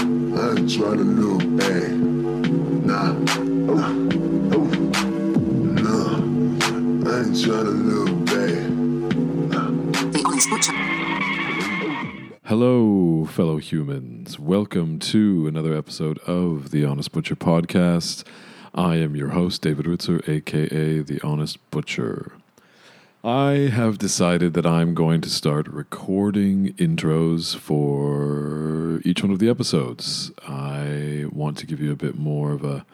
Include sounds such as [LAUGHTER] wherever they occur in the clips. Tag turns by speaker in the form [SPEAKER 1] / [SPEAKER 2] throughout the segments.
[SPEAKER 1] trying to look, hey, nah, nah, ooh, nah, I ain't trying to look, hey,
[SPEAKER 2] Te escucho.
[SPEAKER 3] Hello, fellow humans. Welcome to another episode of the Honest Butcher podcast. I am your host, David Ritzer, aka The Honest Butcher. I have decided that I'm going to start recording intros for each one of the episodes. I want to give you a bit more of a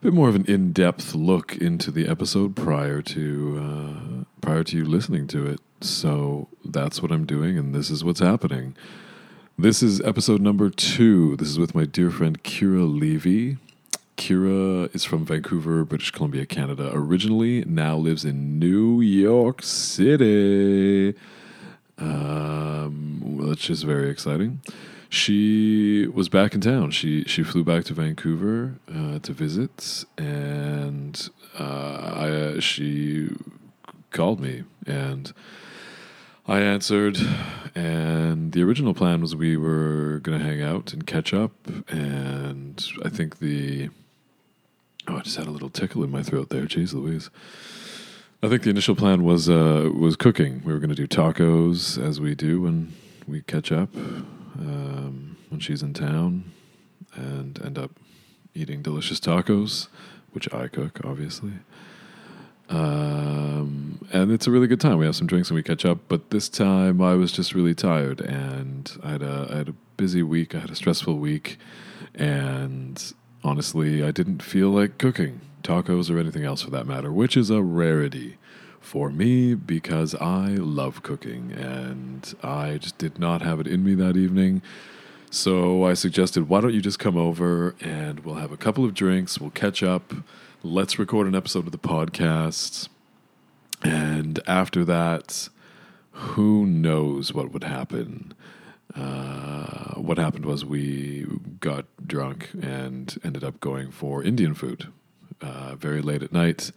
[SPEAKER 3] bit more of an in-depth look into the episode prior to uh, prior to you listening to it. So that's what I'm doing, and this is what's happening. This is episode number two. This is with my dear friend Kira Levy. Kira is from Vancouver, British Columbia, Canada. Originally, now lives in New York City. Um, which is very exciting. She was back in town. She she flew back to Vancouver uh, to visit, and uh, I, uh, she called me, and I answered. And the original plan was we were gonna hang out and catch up, and I think the oh I just had a little tickle in my throat there. Jeez Louise. I think the initial plan was uh, was cooking. We were going to do tacos as we do when we catch up um, when she's in town, and end up eating delicious tacos, which I cook obviously. Um, and it's a really good time. We have some drinks and we catch up. But this time I was just really tired, and I had a I had a busy week. I had a stressful week, and honestly, I didn't feel like cooking tacos or anything else for that matter, which is a rarity for me because I love cooking, and I just did not have it in me that evening. So I suggested, why don't you just come over and we'll have a couple of drinks, we'll catch up, let's record an episode of the podcast. And after that, who knows what would happen? Uh, what happened was we got drunk and ended up going for Indian food uh, very late at night,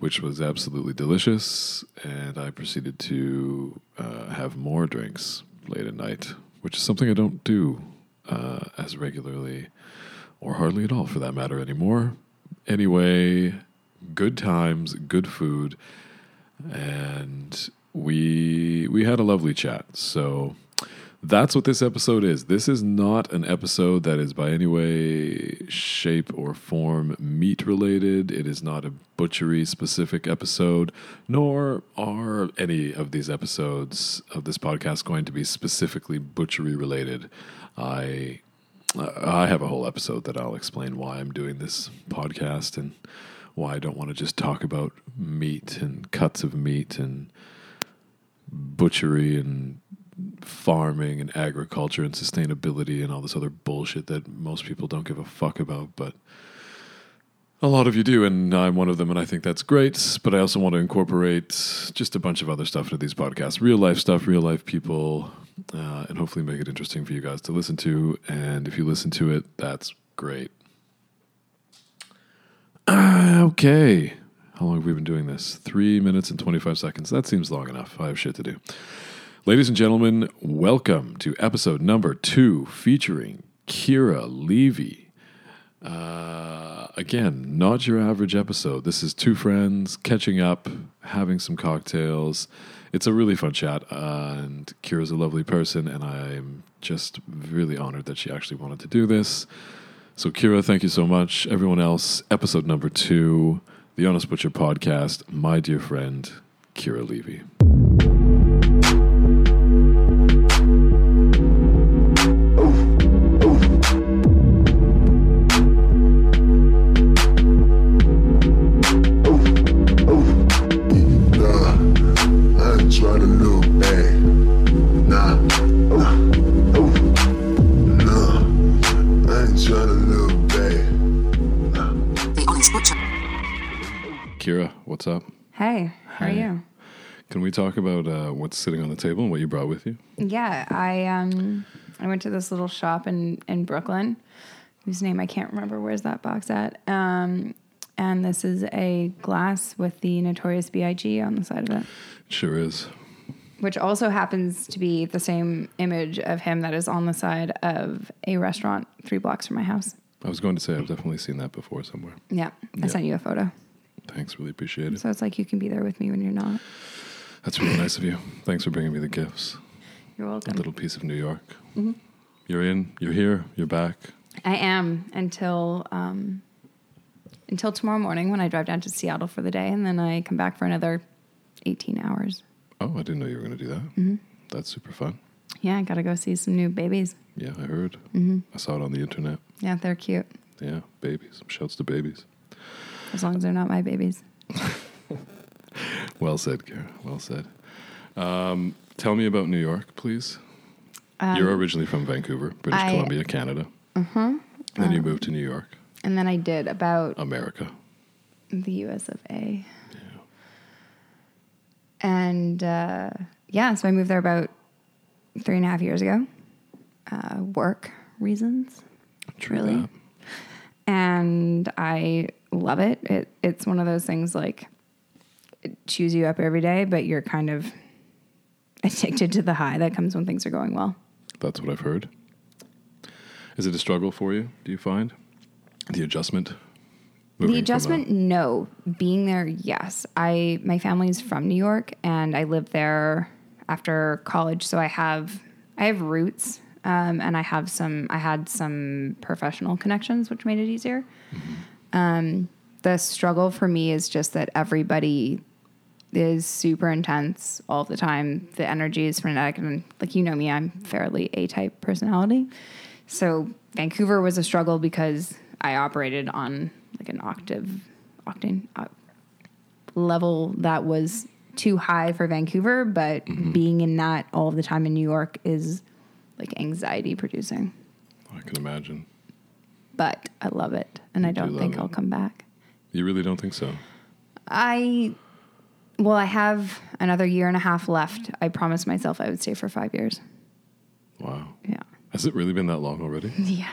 [SPEAKER 3] which was absolutely delicious. And I proceeded to uh, have more drinks late at night, which is something I don't do uh, as regularly or hardly at all for that matter anymore. Anyway, good times, good food, and we we had a lovely chat. So that's what this episode is. This is not an episode that is by any way, shape, or form meat related. It is not a butchery specific episode, nor are any of these episodes of this podcast going to be specifically butchery related. I I have a whole episode that I'll explain why I'm doing this podcast and why I don't want to just talk about meat and cuts of meat and butchery and farming and agriculture and sustainability and all this other bullshit that most people don't give a fuck about, but a lot of you do, and I'm one of them, and I think that's great. But I also want to incorporate just a bunch of other stuff into these podcasts real life stuff, real life people, uh, and hopefully make it interesting for you guys to listen to. And if you listen to it, that's great. Ah, okay. How long have we been doing this? Three minutes and 25 seconds. That seems long enough. I have shit to do. Ladies and gentlemen, welcome to episode number two featuring Kira Levy. Uh, again, not your average episode. This is two friends catching up, having some cocktails. It's a really fun chat, uh, and Kira's a lovely person, and I'm just really honored that she actually wanted to do this. So, Kira, thank you so much. Everyone else, episode number two, The Honest Butcher podcast, my dear friend, Kira Levy.
[SPEAKER 1] nah, I ain't trying to look, hey, nah, nah, ooh, nah, I ain't trying to look, hey,
[SPEAKER 2] Te escucho.
[SPEAKER 3] Kira, what's up?
[SPEAKER 4] Hey, how are you?
[SPEAKER 3] Can we talk about uh, what's sitting on the table and what you brought with you?
[SPEAKER 4] Yeah, I um I went to this little shop in in Brooklyn whose name I can't remember. Where's that box at? Um and this is a glass with the notorious BIG on the side of it.
[SPEAKER 3] Sure is.
[SPEAKER 4] which also happens to be the same image of him that is on the side of a restaurant three blocks from my house.
[SPEAKER 3] I was going to say I've definitely seen that before somewhere.
[SPEAKER 4] Yeah, I
[SPEAKER 3] Yeah.
[SPEAKER 4] sent you a photo.
[SPEAKER 3] Thanks, really appreciate it.
[SPEAKER 4] So it's like you can be there with me when you're not.
[SPEAKER 3] That's really nice of you. Thanks for bringing me the gifts.
[SPEAKER 4] You're
[SPEAKER 3] A
[SPEAKER 4] welcome.
[SPEAKER 3] little piece of New York. You're in. You're here. You're back.
[SPEAKER 4] I am until um, until tomorrow morning when I drive down to Seattle for the day, and then I come back for another eighteen hours.
[SPEAKER 3] Oh, I didn't know you were going to do that. That's super fun.
[SPEAKER 4] Yeah, I gotta go see some new babies.
[SPEAKER 3] Yeah, I heard. I saw it on the internet.
[SPEAKER 4] Yeah, they're cute
[SPEAKER 3] Yeah, babies. Shouts to babies.
[SPEAKER 4] as long as they're not my babies.
[SPEAKER 3] Well said, Kara. Well said. Um, tell me about New York, please. You're originally from Vancouver, British
[SPEAKER 4] Um, I- Mm-hmm. Um,
[SPEAKER 3] Columbia, Canada. Uh-huh. Then you moved to New York,
[SPEAKER 4] And then I did about
[SPEAKER 3] America.
[SPEAKER 4] the U.S. of A. And uh, yeah, so I moved there about three and a half years ago, uh, work reasons.
[SPEAKER 3] True
[SPEAKER 4] Really?
[SPEAKER 3] that.
[SPEAKER 4] and I love it. It it's one of those things like it chews you up every day, but you're kind of addicted to the high that comes when things are going well.
[SPEAKER 3] That's what I've heard. Is it a struggle for you, do you find? The adjustment? Moving from
[SPEAKER 4] the
[SPEAKER 3] a-
[SPEAKER 4] adjustment, no. Being there, yes. I my family's from New York, and I lived there after college, so I have I have roots, um, and I have some I had some professional connections, which made it easier. Um,
[SPEAKER 3] Mm-hmm.
[SPEAKER 4] the struggle for me is just that everybody is super intense all the time. The energy is frenetic, and like you know me, I'm fairly A type personality. So Vancouver was a struggle because I operated on like an octave, octane uh, level that was too high for Vancouver, but
[SPEAKER 3] Mm-hmm.
[SPEAKER 4] being in that all the time in New York is like anxiety producing.
[SPEAKER 3] I can imagine.
[SPEAKER 4] But I love it, and I
[SPEAKER 3] do
[SPEAKER 4] don't
[SPEAKER 3] love
[SPEAKER 4] think
[SPEAKER 3] it.
[SPEAKER 4] I'll come back.
[SPEAKER 3] You really don't think so?
[SPEAKER 4] I well, I have another year and a half left. I promised myself I would stay for five years.
[SPEAKER 3] Wow.
[SPEAKER 4] Yeah.
[SPEAKER 3] Has it really been that long
[SPEAKER 4] [LAUGHS]
[SPEAKER 3] already?
[SPEAKER 4] Yeah.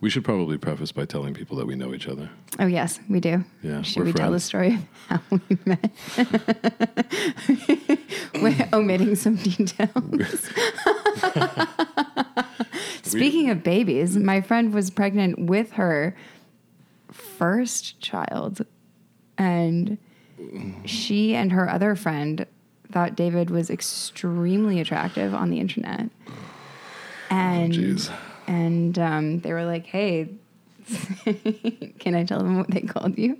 [SPEAKER 3] We should probably preface by telling people that we know each other.
[SPEAKER 4] Oh yes, we do.
[SPEAKER 3] Yeah,
[SPEAKER 4] Should
[SPEAKER 3] we're
[SPEAKER 4] we tell the
[SPEAKER 3] friends.
[SPEAKER 4] story of [LAUGHS] how we met? we're omitting
[SPEAKER 3] [LAUGHS]
[SPEAKER 4] some details. Speaking of babies, my friend was pregnant with her first child, and she and her other friend thought David was extremely attractive on the internet. And
[SPEAKER 3] jeez.
[SPEAKER 4] and um, they were like, "Hey, [LAUGHS] can I tell them what they called you?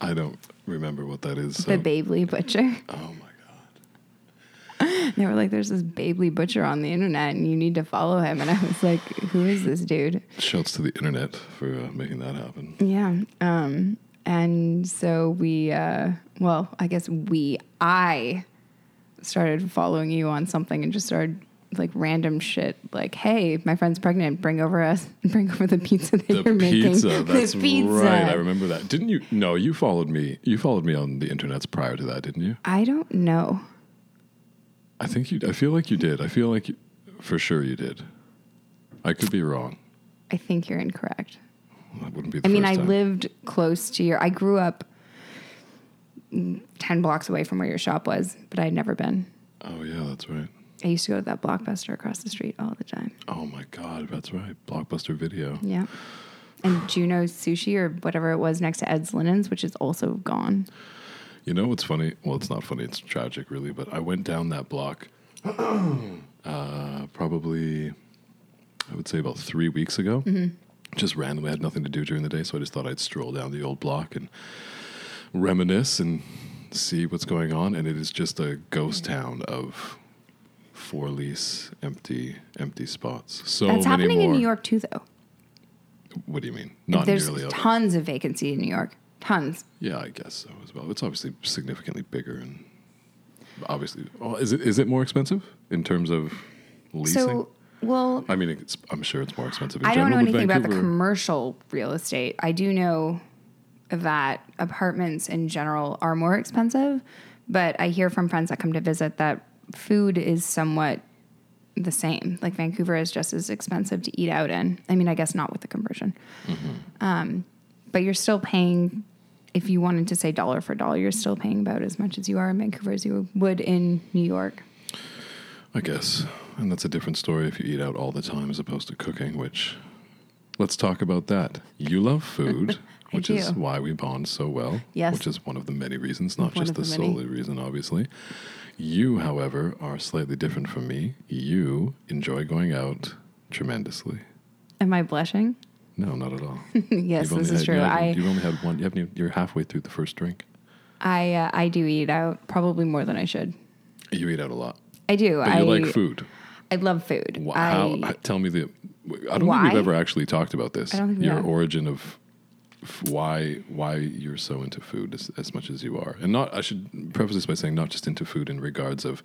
[SPEAKER 3] I don't remember what that is. So.
[SPEAKER 4] The Babely Butcher." [LAUGHS]
[SPEAKER 3] oh my God.
[SPEAKER 4] They were like, "There's this Babely Butcher on the internet, and you need to follow him." And I was like, "Who is this dude?"
[SPEAKER 3] Shouts to the internet for uh, making that happen.
[SPEAKER 4] [LAUGHS] Yeah. Um, and so we, uh, well, I guess we, I started following you on something and just started like random shit like hey my friend's pregnant bring over us [LAUGHS] bring over the pizza that
[SPEAKER 3] The
[SPEAKER 4] you're making [LAUGHS]
[SPEAKER 3] pizza. That's
[SPEAKER 4] this pizza
[SPEAKER 3] right. I remember that. Didn't you? No, you followed me. You followed me on the internets prior to that, didn't you?
[SPEAKER 4] I don't know
[SPEAKER 3] I think you. I feel like you did. I feel like you, for sure you did. I could be wrong.
[SPEAKER 4] i think you're incorrect
[SPEAKER 3] That wouldn't be. The
[SPEAKER 4] I mean,
[SPEAKER 3] first
[SPEAKER 4] I
[SPEAKER 3] time.
[SPEAKER 4] lived close to your. I grew up ten blocks away from where your shop was, but I'd never been.
[SPEAKER 3] Oh yeah, that's right.
[SPEAKER 4] I used to go to that blockbuster across the street all the time.
[SPEAKER 3] Oh my god, that's right. Blockbuster Video.
[SPEAKER 4] Yeah, and Juno's Sushi or whatever it was next to Ed's Linens, which is also gone.
[SPEAKER 3] You know what's funny? Well, it's not funny. It's tragic, really. But I went down that block [CLEARS THROAT] uh, probably, I would say, about three weeks ago.
[SPEAKER 4] Mm-hmm.
[SPEAKER 3] Just randomly, I had nothing to do during the day, so I just thought I'd stroll down the old block and reminisce and see what's going on. And it is just a ghost
[SPEAKER 4] Mm-hmm.
[SPEAKER 3] town of for lease, empty, empty spots. So
[SPEAKER 4] That's
[SPEAKER 3] Oh, many
[SPEAKER 4] happening in
[SPEAKER 3] more.
[SPEAKER 4] New York too, though.
[SPEAKER 3] What do you mean? Not
[SPEAKER 4] There's
[SPEAKER 3] nearly. a-
[SPEAKER 4] tons of vacancy in New York. Tons.
[SPEAKER 3] Yeah, I guess so as well. It's obviously significantly bigger and obviously. Well, is it is it more expensive in terms of leasing?
[SPEAKER 4] So, well,
[SPEAKER 3] I mean, it's, I'm sure it's more expensive. In
[SPEAKER 4] I don't know
[SPEAKER 3] general, but
[SPEAKER 4] anything about the
[SPEAKER 3] Vancouver-
[SPEAKER 4] commercial real estate. I do know that apartments in general are more expensive, but I hear from friends that come to visit that food is somewhat the same. Like Vancouver is just as expensive to eat out in. I mean, I guess not with the conversion.
[SPEAKER 3] Mm-hmm.
[SPEAKER 4] Um, but you're still paying, if you wanted to say dollar for dollar, you're still paying about as much as you are in Vancouver as you would in New York.
[SPEAKER 3] I guess. And that's a different story if you eat out all the time as opposed to cooking, which let's talk about that. You love food,
[SPEAKER 4] [LAUGHS] I
[SPEAKER 3] which is
[SPEAKER 4] do.
[SPEAKER 3] why we bond so well.
[SPEAKER 4] Yes.
[SPEAKER 3] Which is one of the many reasons, not
[SPEAKER 4] One
[SPEAKER 3] just the,
[SPEAKER 4] of the many.
[SPEAKER 3] solely reason, obviously. You, however, are slightly different from me. You enjoy going out tremendously.
[SPEAKER 4] Am I blushing?
[SPEAKER 3] No, not at
[SPEAKER 4] [LAUGHS]
[SPEAKER 3] all.
[SPEAKER 4] yes,
[SPEAKER 3] You've only
[SPEAKER 4] this is
[SPEAKER 3] had-
[SPEAKER 4] true.
[SPEAKER 3] you haven't-
[SPEAKER 4] I
[SPEAKER 3] you've only had one. You haven't even, you're halfway through the first drink.
[SPEAKER 4] I uh, I do eat out probably more than I should.
[SPEAKER 3] You eat out a lot,
[SPEAKER 4] I do.
[SPEAKER 3] but
[SPEAKER 4] I
[SPEAKER 3] you like food.
[SPEAKER 4] I love food.
[SPEAKER 3] Wh-
[SPEAKER 4] I,
[SPEAKER 3] how, tell me the. I don't think
[SPEAKER 4] Why?
[SPEAKER 3] we've ever actually talked about this.
[SPEAKER 4] I don't think we
[SPEAKER 3] Your
[SPEAKER 4] have.
[SPEAKER 3] origin of f- why why you're so into food as, as much as you are, and not. I should preface this by saying not just into food in regards of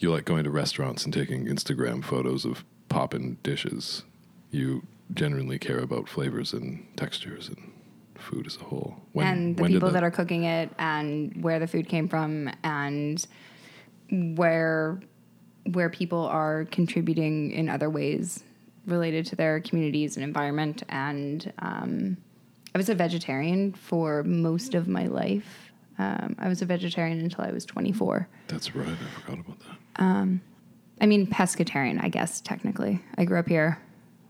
[SPEAKER 3] you like going to restaurants and taking Instagram photos of poppin' dishes. You genuinely care about flavors and textures and food as a whole. When,
[SPEAKER 4] and the
[SPEAKER 3] when did
[SPEAKER 4] people that are cooking it and where the food came from and where where people are contributing in other ways related to their communities and environment and um, i was a vegetarian for most of my life um, i was a vegetarian until i was 24
[SPEAKER 3] That's right. I forgot about that.
[SPEAKER 4] i mean pescatarian i guess technically i grew up here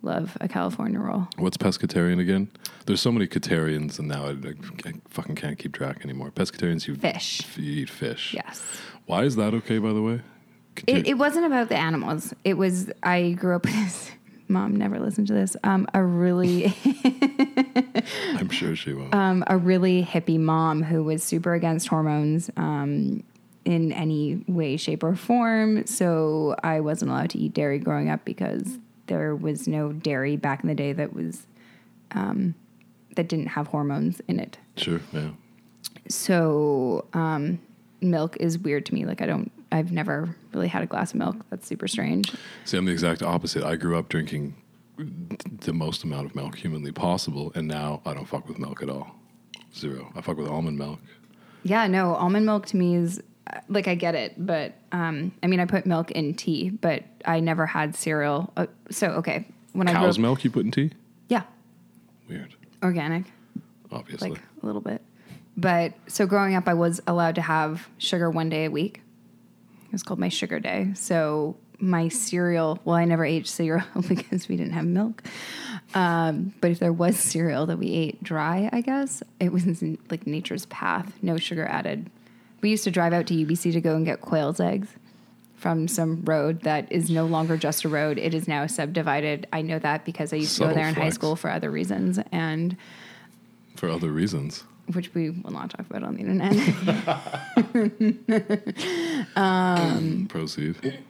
[SPEAKER 4] love a california roll
[SPEAKER 3] What's pescatarian again? There's so many catarians, and now I, I- I fucking can't keep track anymore. Pescatarians, you
[SPEAKER 4] Fish.
[SPEAKER 3] f- you eat fish.
[SPEAKER 4] yes
[SPEAKER 3] Why is that okay? By the way,
[SPEAKER 4] It, it wasn't about the animals. It was I grew up [LAUGHS] with this. Mom never listened to this. Um, a really, [LAUGHS]
[SPEAKER 3] I'm sure she won't.
[SPEAKER 4] um, a really hippie mom who was super against hormones um, in any way, shape, or form. So I wasn't allowed to eat dairy growing up because there was no dairy back in the day that was um, that didn't have hormones in it.
[SPEAKER 3] sure. Yeah.
[SPEAKER 4] So um, milk is weird to me. Like I don't. I've never really had a glass of milk. That's super strange.
[SPEAKER 3] See, I'm the exact opposite. I grew up drinking the most amount of milk humanly possible, and now I don't fuck with milk at all. Zero. I fuck with almond milk.
[SPEAKER 4] Yeah, no, almond milk to me is uh, like I get it, but um, I mean, I put milk in tea, but I never had cereal. Uh, so okay, when I
[SPEAKER 3] Cow's
[SPEAKER 4] grew up,
[SPEAKER 3] milk you put in tea?
[SPEAKER 4] yeah,
[SPEAKER 3] Weird.
[SPEAKER 4] organic,
[SPEAKER 3] Obviously.
[SPEAKER 4] like a little bit. But so growing up, I was allowed to have sugar one day a week. It was called my sugar day. So my cereal, well, I never ate cereal [LAUGHS] because we didn't have milk. Um, but if there was cereal that we ate dry, I guess it was in, like nature's path, no sugar added. We used to drive out to UBC to go and get quail's eggs from some road that is no longer just a road. It is now subdivided. I know that because I used to
[SPEAKER 3] Subtle
[SPEAKER 4] go there in high
[SPEAKER 3] flex.
[SPEAKER 4] school for other reasons. And
[SPEAKER 3] For other reasons.
[SPEAKER 4] which we will not talk about on the internet. [LAUGHS]
[SPEAKER 3] Proceed.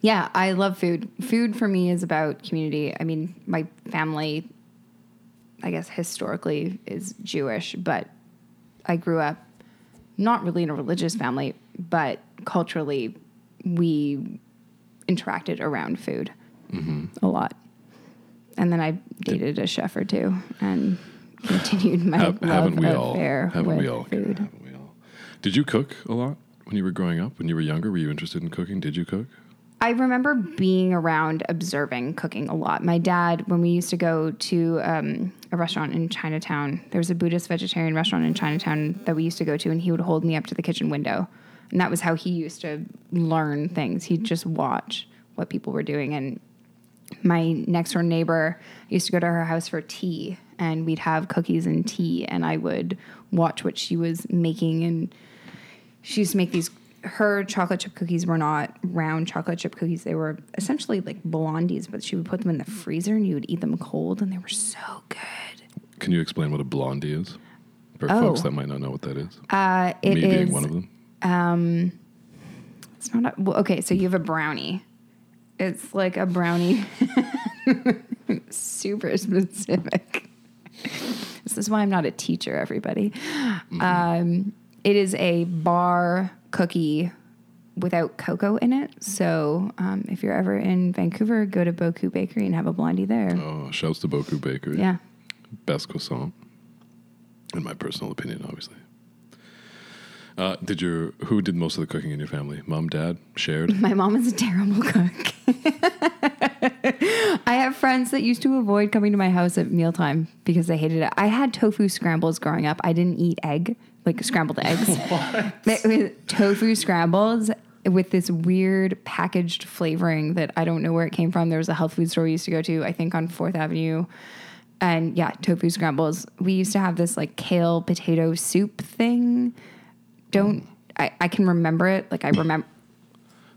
[SPEAKER 4] yeah, I love food. Food for me is about community. I mean, my family, I guess historically, is Jewish, but I grew up not really in a religious family, but culturally, we interacted around food
[SPEAKER 3] Mm-hmm.
[SPEAKER 4] a lot. And then I dated a chef or two and [LAUGHS] continued my
[SPEAKER 3] Have,
[SPEAKER 4] love
[SPEAKER 3] haven't we all?
[SPEAKER 4] affair
[SPEAKER 3] Haven't
[SPEAKER 4] with
[SPEAKER 3] we all?
[SPEAKER 4] food.
[SPEAKER 3] Haven't we all? Did you cook a lot when you were growing up? When you were younger, were you interested in cooking? Did you cook?
[SPEAKER 4] I remember being around observing cooking a lot. My dad, when we used to go to um, a restaurant in Chinatown, there was a Buddhist vegetarian restaurant in Chinatown that we used to go to, and he would hold me up to the kitchen window. And that was how he used to learn things. He'd just watch what people were doing. And my next door neighbor I used to go to her house for tea, and we'd have cookies and tea, and I would watch what she was making and she used to make these her chocolate chip cookies were not round chocolate chip cookies they were essentially like blondies but she would put them in the freezer and you would eat them cold and they were so good
[SPEAKER 3] Can you explain what a blondie is for
[SPEAKER 4] Oh.
[SPEAKER 3] folks that might not know what that is?
[SPEAKER 4] uh, it
[SPEAKER 3] Me
[SPEAKER 4] is-
[SPEAKER 3] being one of them.
[SPEAKER 4] it's not a, well, okay so you have a brownie it's like a brownie [LAUGHS] super specific this is why i'm not a teacher everybody um, it is a bar cookie without cocoa in it so um, if you're ever in vancouver go to boku bakery and have a blondie there
[SPEAKER 3] Oh, shouts to Boku Bakery.
[SPEAKER 4] Yeah.
[SPEAKER 3] Best croissant, in my personal opinion, obviously. Uh, did your who did most of the cooking in your family? Mom, dad,
[SPEAKER 4] [LAUGHS]
[SPEAKER 3] shared.
[SPEAKER 4] My mom is a terrible cook. [LAUGHS] I have friends that used to avoid coming to my house at mealtime because they hated it. I had tofu scrambles growing up. I didn't eat egg, like scrambled eggs. It was tofu scrambles with this weird packaged flavoring that I don't know where it came from. There was a health food store we used to go to, I think on Fourth Avenue. And yeah, tofu scrambles. We used to have this like kale potato soup thing. Don't I, I can remember it. Like I remember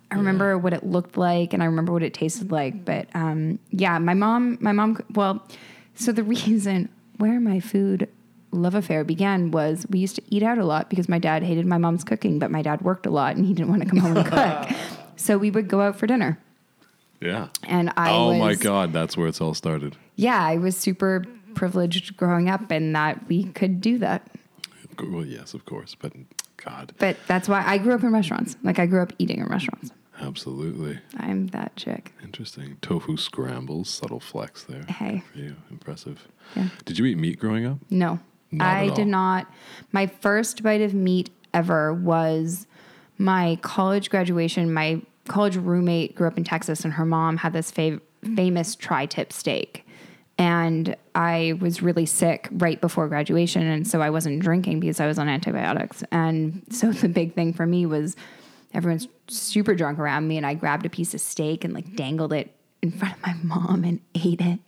[SPEAKER 4] I remember what it looked like and I remember what it tasted like. But um, yeah, my mom, my mom, well, so the [LAUGHS] reason where my food love affair began was we used to eat out a lot because my dad hated my mom's cooking, but my dad worked a lot and he didn't want to come home and cook. So we would go out for dinner.
[SPEAKER 3] Yeah.
[SPEAKER 4] And I
[SPEAKER 3] oh my
[SPEAKER 4] was-
[SPEAKER 3] God, that's where it's all started.
[SPEAKER 4] Yeah, I was super privileged growing up and that we could do that.
[SPEAKER 3] Of cour- Well, yes, of course, but God,
[SPEAKER 4] But that's why I grew up in restaurants. Like I grew up eating in restaurants.
[SPEAKER 3] absolutely
[SPEAKER 4] I'm that chick.
[SPEAKER 3] interesting. Tofu scrambles, subtle flex there.
[SPEAKER 4] Hey.
[SPEAKER 3] Good for you, impressive.
[SPEAKER 4] Yeah.
[SPEAKER 3] Did you eat meat growing up?
[SPEAKER 4] No,
[SPEAKER 3] Not
[SPEAKER 4] I
[SPEAKER 3] at all.
[SPEAKER 4] did not. My first bite of meat ever was my college graduation. My college roommate grew up in Texas, and her mom had this fav- famous tri-tip steak. And I was really sick right before graduation, and so I wasn't drinking because I was on antibiotics. And so [LAUGHS] the big thing for me was everyone's super drunk around me, and I grabbed a piece of steak and like dangled it in front of my mom and [LAUGHS] ate it.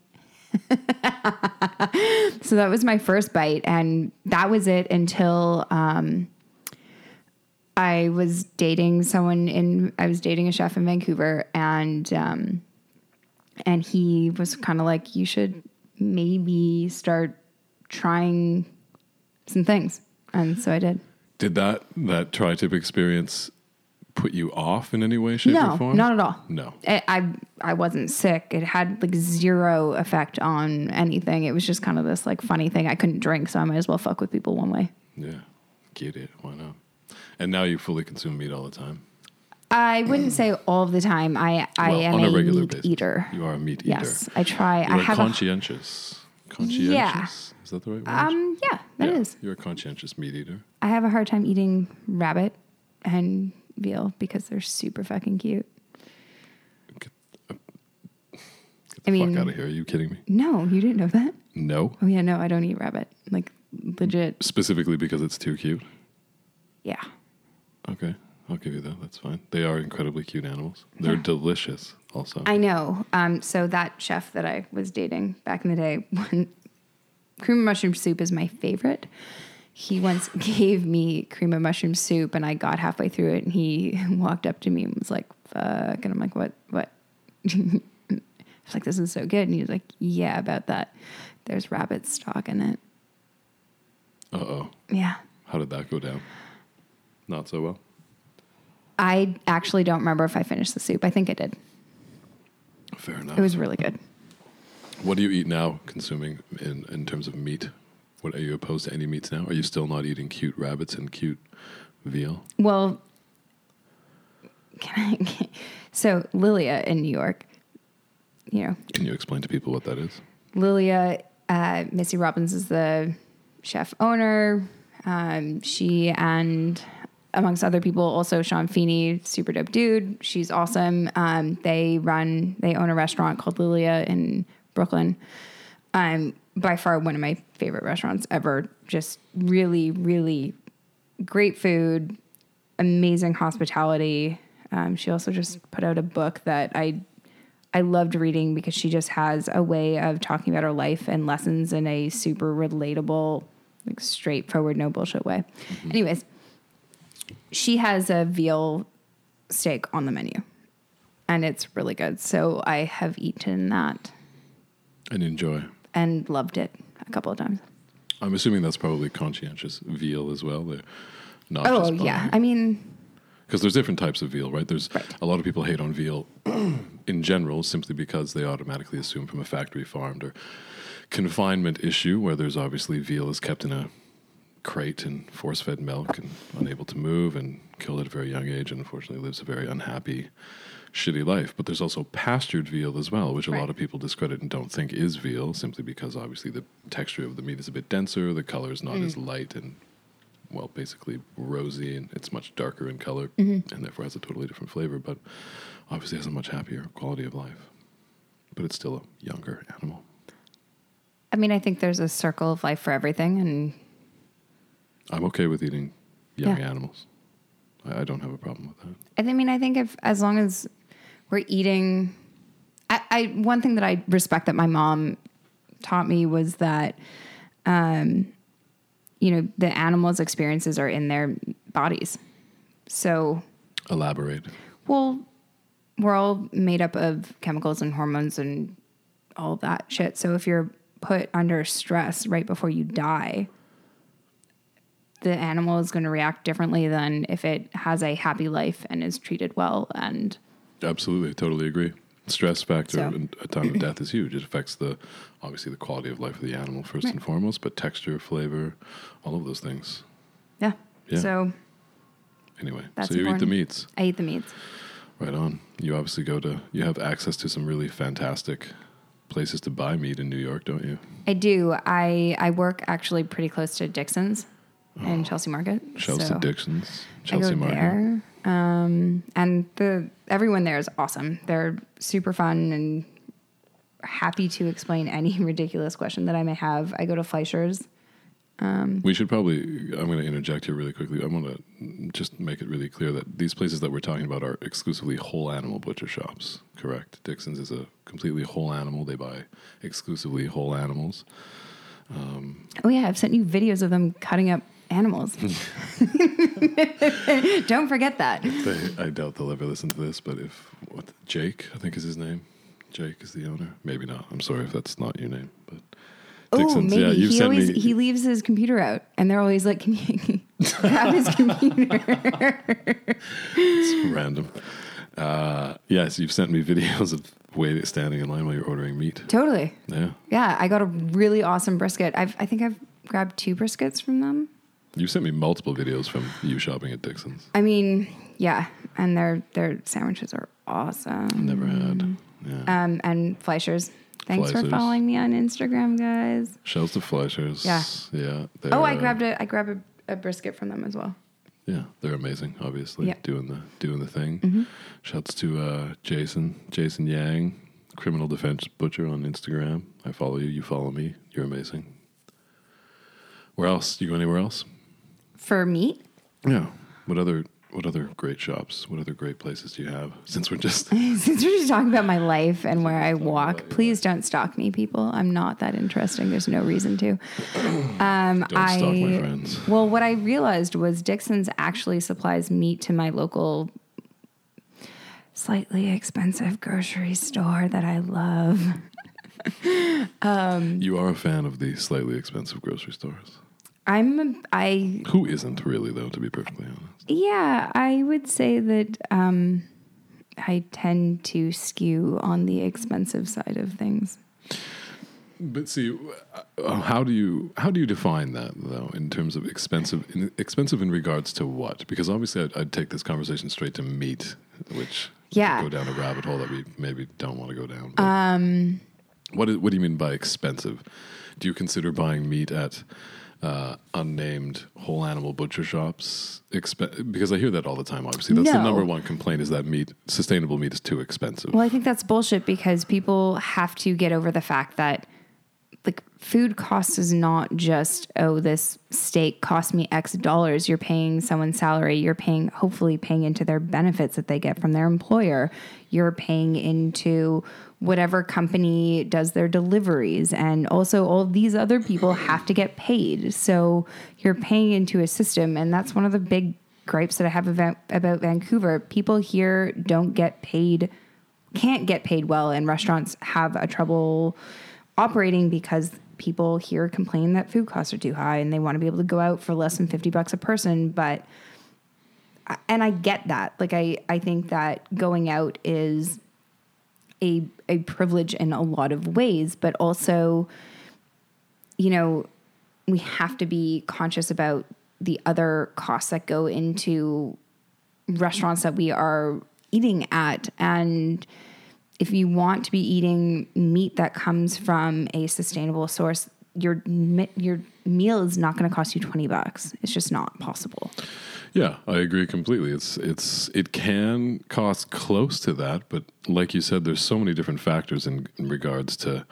[SPEAKER 4] So that was my first bite, and that was it until um, I was dating someone in. I was dating a chef in Vancouver, and um, and he was kind of like, "You should maybe start trying some things," and so I did.
[SPEAKER 3] Did that that tri-tip experience put you off in any way, shape,
[SPEAKER 4] no,
[SPEAKER 3] or form?
[SPEAKER 4] not at all.
[SPEAKER 3] No.
[SPEAKER 4] I, I I wasn't sick. It had like zero effect on anything. It was just kind of this like funny thing. I couldn't drink, so I might as well fuck with people one way.
[SPEAKER 3] Yeah, get it. Why not? And now you fully consume meat all the time.
[SPEAKER 4] I wouldn't say all the time. I I
[SPEAKER 3] well,
[SPEAKER 4] am
[SPEAKER 3] on a, regular
[SPEAKER 4] meat
[SPEAKER 3] basis.
[SPEAKER 4] eater.
[SPEAKER 3] You are a meat
[SPEAKER 4] yes,
[SPEAKER 3] eater.
[SPEAKER 4] I try.
[SPEAKER 3] You're
[SPEAKER 4] I have. A,
[SPEAKER 3] conscientious. Conscientious. Is that the right word?
[SPEAKER 4] um, yeah, that is.
[SPEAKER 3] Yeah, You're a conscientious meat eater.
[SPEAKER 4] I have a hard time eating rabbit and veal because they're super fucking cute.
[SPEAKER 3] Get
[SPEAKER 4] I
[SPEAKER 3] the
[SPEAKER 4] mean-
[SPEAKER 3] fuck out of here. Are you kidding me?
[SPEAKER 4] No, you didn't know that.
[SPEAKER 3] No.
[SPEAKER 4] Oh yeah, no, I don't eat rabbit. Like legit.
[SPEAKER 3] Specifically because it's too cute.
[SPEAKER 4] Yeah.
[SPEAKER 3] Okay. I'll give you that. That's fine. They are incredibly cute animals. They're delicious also.
[SPEAKER 4] I know. Um, so that chef that I was dating back in the day, [LAUGHS] when cream of mushroom soup is my favorite. He once [LAUGHS] gave me cream of mushroom soup, and I got halfway through it, and he [LAUGHS] walked up to me and was like, "Fuck," and I'm like, "What? What?" [LAUGHS] I was like, "This is so good," and he was like, "Yeah, about that. There's rabbit stock in it.
[SPEAKER 3] uh oh.
[SPEAKER 4] Yeah."
[SPEAKER 3] How did that go down? Not so well.
[SPEAKER 4] I actually don't remember if I finished the soup. I think I did.
[SPEAKER 3] Fair enough.
[SPEAKER 4] It was really good.
[SPEAKER 3] what do you eat now consuming in, in terms of meat? What are you opposed to any meats now? Are you still not eating cute rabbits and cute veal?
[SPEAKER 4] Well, can I? so Lilia in New York, you know,
[SPEAKER 3] Can you explain to people what that is?
[SPEAKER 4] Lilia uh, Missy Robbins is the chef owner. Um, she and amongst other people, also Sean Feeney, super dope dude. She's awesome. Um, they run, they own a restaurant called Lilia in Brooklyn. Um, by far one of my favorite restaurants ever. Just really, really great food, amazing hospitality. Um, she also just put out a book that I I loved reading because she just has a way of talking about her life and lessons in a super relatable, like straightforward, no bullshit way. Anyways, she has a veal steak on the menu, and it's really good. So I have eaten that
[SPEAKER 3] And enjoy.
[SPEAKER 4] and loved it a couple of times.
[SPEAKER 3] I'm assuming that's probably conscientious veal as well. They're not
[SPEAKER 4] Oh
[SPEAKER 3] just buying
[SPEAKER 4] yeah, I mean
[SPEAKER 3] because there's different types of veal, right? There's a lot of people hate on veal [CLEARS THROAT] in general simply because they automatically assume from a factory farmed or confinement issue where there's obviously veal is kept in a crate and force fed milk and unable to move and killed at a very young age and unfortunately lives a very unhappy, shitty life. But there's also pastured veal as well, which a
[SPEAKER 4] Right.
[SPEAKER 3] lot of people discredit and don't think is veal simply because obviously the texture of the meat is a bit denser, the color is not as light and well, basically rosy and it's much darker in color
[SPEAKER 4] Mm-hmm.
[SPEAKER 3] and therefore has a totally different flavor, but obviously has a much happier quality of life. But it's still a younger animal.
[SPEAKER 4] I mean, I think there's a circle of life for everything, and
[SPEAKER 3] I'm okay with eating young
[SPEAKER 4] Yeah.
[SPEAKER 3] animals. I, I don't have a problem with that.
[SPEAKER 4] I th- I mean, I think if as long as we're eating, I, I one thing that I respect that my mom taught me was that, um, you know, the animals' experiences are in their bodies. So,
[SPEAKER 3] Elaborate.
[SPEAKER 4] well, we're all made up of chemicals and hormones and all that shit. So if you're put under stress right before you die, the animal is going to react differently than if it has a happy life and is treated well and
[SPEAKER 3] Absolutely, totally agree. Stress factor
[SPEAKER 4] So-
[SPEAKER 3] in a time
[SPEAKER 4] [CLEARS THROAT]
[SPEAKER 3] of death is huge. It affects the obviously the quality of life of the animal first and foremost, but texture, flavor, all of those things.
[SPEAKER 4] yeah.
[SPEAKER 3] Yeah.
[SPEAKER 4] So
[SPEAKER 3] Anyway,
[SPEAKER 4] That's
[SPEAKER 3] so you eat
[SPEAKER 4] important.
[SPEAKER 3] the meats.
[SPEAKER 4] I eat the meats.
[SPEAKER 3] Right on. You obviously go to you have access to some really fantastic places to buy meat in New York, don't you?
[SPEAKER 4] I do. I I work actually pretty close to Dixon's in Chelsea Market.
[SPEAKER 3] Oh. Chelsea
[SPEAKER 4] so
[SPEAKER 3] Dixon's,
[SPEAKER 4] I
[SPEAKER 3] Chelsea
[SPEAKER 4] go
[SPEAKER 3] Market.
[SPEAKER 4] there. Um, and the everyone there is awesome. They're super fun and happy to explain [LAUGHS] any ridiculous question that I may have. I go to Fleischer's.
[SPEAKER 3] We should probably. I'm going to interject here really quickly. I want to just make it really clear that these places that we're talking about are exclusively whole animal butcher shops. Correct. Dixon's is a completely whole animal. They buy exclusively whole animals.
[SPEAKER 4] Oh yeah, I've sent you videos of them cutting up animals.
[SPEAKER 3] Hmm.
[SPEAKER 4] [LAUGHS] Don't forget that.
[SPEAKER 3] They, I doubt they'll ever listen to this, but if what Jake, I think is his name. Jake is the owner. Maybe not. I'm sorry if that's not your name, but.
[SPEAKER 4] Oh,
[SPEAKER 3] Dixon's,
[SPEAKER 4] maybe
[SPEAKER 3] yeah, you've
[SPEAKER 4] he
[SPEAKER 3] sent
[SPEAKER 4] always
[SPEAKER 3] me-
[SPEAKER 4] he leaves his computer out, and they're always like, [LAUGHS] "Can you grab his computer?"
[SPEAKER 3] [LAUGHS] random. Uh, yes, you've sent me videos of waiting, standing in line while you're ordering meat.
[SPEAKER 4] [LAUGHS] totally.
[SPEAKER 3] Yeah,
[SPEAKER 4] Yeah, I got a really awesome brisket. I've, I think I've grabbed two briskets from them.
[SPEAKER 3] you've sent me multiple videos from you shopping at Dixon's.
[SPEAKER 4] I mean, yeah, and their their sandwiches are awesome.
[SPEAKER 3] Never had. Yeah.
[SPEAKER 4] Um, and Fleischer's. Thanks
[SPEAKER 3] Fleischer's.
[SPEAKER 4] for following me on Instagram, guys.
[SPEAKER 3] Shells to Fleischer's.
[SPEAKER 4] Yeah.
[SPEAKER 3] Yeah. They're,
[SPEAKER 4] Oh, I
[SPEAKER 3] uh,
[SPEAKER 4] grabbed a I grabbed a, a brisket from them as well.
[SPEAKER 3] Yeah, they're amazing. Obviously,
[SPEAKER 4] Yeah. Mm-hmm.
[SPEAKER 3] doing the doing the thing. Shouts to uh, Jason, Jason Yang, criminal defense butcher on Instagram. I follow you. You follow me. You're amazing. Where else? You go anywhere else?
[SPEAKER 4] For meat,
[SPEAKER 3] Yeah. What other What other great shops? What other great places do you have? [LAUGHS] Since we're just
[SPEAKER 4] [LAUGHS] since we're just talking about my life and where I
[SPEAKER 3] about
[SPEAKER 4] walk,
[SPEAKER 3] your
[SPEAKER 4] please don't stalk me, people. I'm not that interesting. There's no reason to.
[SPEAKER 3] [CLEARS THROAT]
[SPEAKER 4] Um,
[SPEAKER 3] don't
[SPEAKER 4] I,
[SPEAKER 3] stalk my friends.
[SPEAKER 4] Well, what I realized was Dixon's actually supplies meat to my local, slightly expensive grocery store that I love.
[SPEAKER 3] You are a fan of the slightly expensive grocery stores.
[SPEAKER 4] I'm, a, I,
[SPEAKER 3] Who isn't really though? To be perfectly honest.
[SPEAKER 4] yeah, I would say that um, I tend to skew on the expensive side of things.
[SPEAKER 3] But see, uh, how do you how do you define that though in terms of expensive in, expensive in regards to what? Because obviously, I'd, I'd take this conversation straight to meat, which would
[SPEAKER 4] Yeah.
[SPEAKER 3] go down a rabbit hole that we maybe don't want to go down. um, what is, what do you mean by expensive? Do you consider buying meat at uh, unnamed whole animal butcher shops? Exp- because I hear that all the time. Obviously, that's the
[SPEAKER 4] No.
[SPEAKER 3] number one complaint is that meat sustainable meat is too expensive.
[SPEAKER 4] Well, I think that's bullshit because people have to get over the fact that like food costs is not just oh this steak cost me x dollars you're paying someone's salary you're paying hopefully paying into their benefits that they get from their employer you're paying into whatever company does their deliveries and also all these other people have to get paid so you're paying into a system and that's one of the big gripes that i have about, about vancouver people here don't get paid can't get paid well and restaurants have a trouble operating because people here complain that food costs are too high and they want to be able to go out for less than 50 bucks a person but and I get that like I I think that going out is a a privilege in a lot of ways but also you know we have to be conscious about the other costs that go into restaurants that we are eating at and if you want to be eating meat that comes from a sustainable source your mi- your meal is not going to cost you 20 bucks it's just not possible
[SPEAKER 3] Yeah, I agree completely. It's it's it can cost close to that, but like you said, there's so many different factors in, in regards to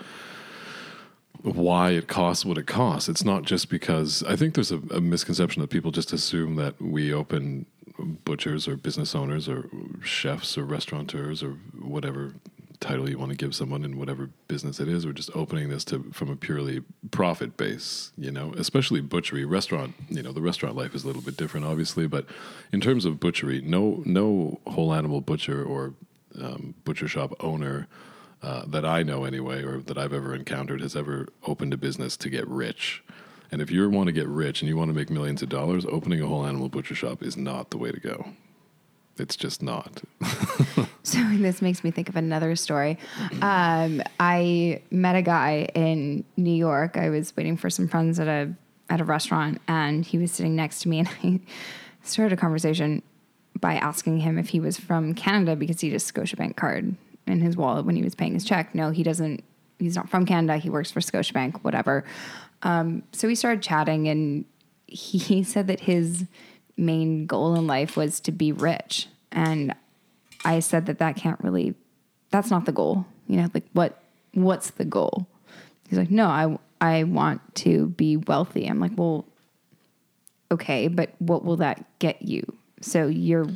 [SPEAKER 3] why it costs what it costs. It's not just because I think there's a, a misconception that people just assume that we open butchers or business owners or chefs or restaurateurs or whatever title you want to give someone in whatever business it is. We're just opening this to from a purely profit base, you know, especially butchery. Restaurant, you know, the restaurant life is a little bit different, obviously, but in terms of butchery, no no whole animal butcher or um, butcher shop owner uh, that I know anyway, or that I've ever encountered, has ever opened a business to get rich. And if you want to get rich and you want to make millions of dollars, opening a whole animal butcher shop is not the way to go. It's just not. [LAUGHS]
[SPEAKER 4] [LAUGHS] So this makes me think of another story. Um, I met a guy in New York. I was waiting for some friends at a at a restaurant, and he was sitting next to me, [LAUGHS] and I started a conversation by asking him if he was from Canada because he had a Scotiabank card in his wallet when he was paying his check. No, he doesn't. He's not from Canada. He works for Scotiabank, whatever. Um, so we started chatting, and he [LAUGHS] said that his main goal in life was to be rich, and I said that that can't really, that's not the goal. You know, like what, what's the goal? He's like, no, I, I want to be wealthy. I'm like, well, okay, but what will that get you? So you're,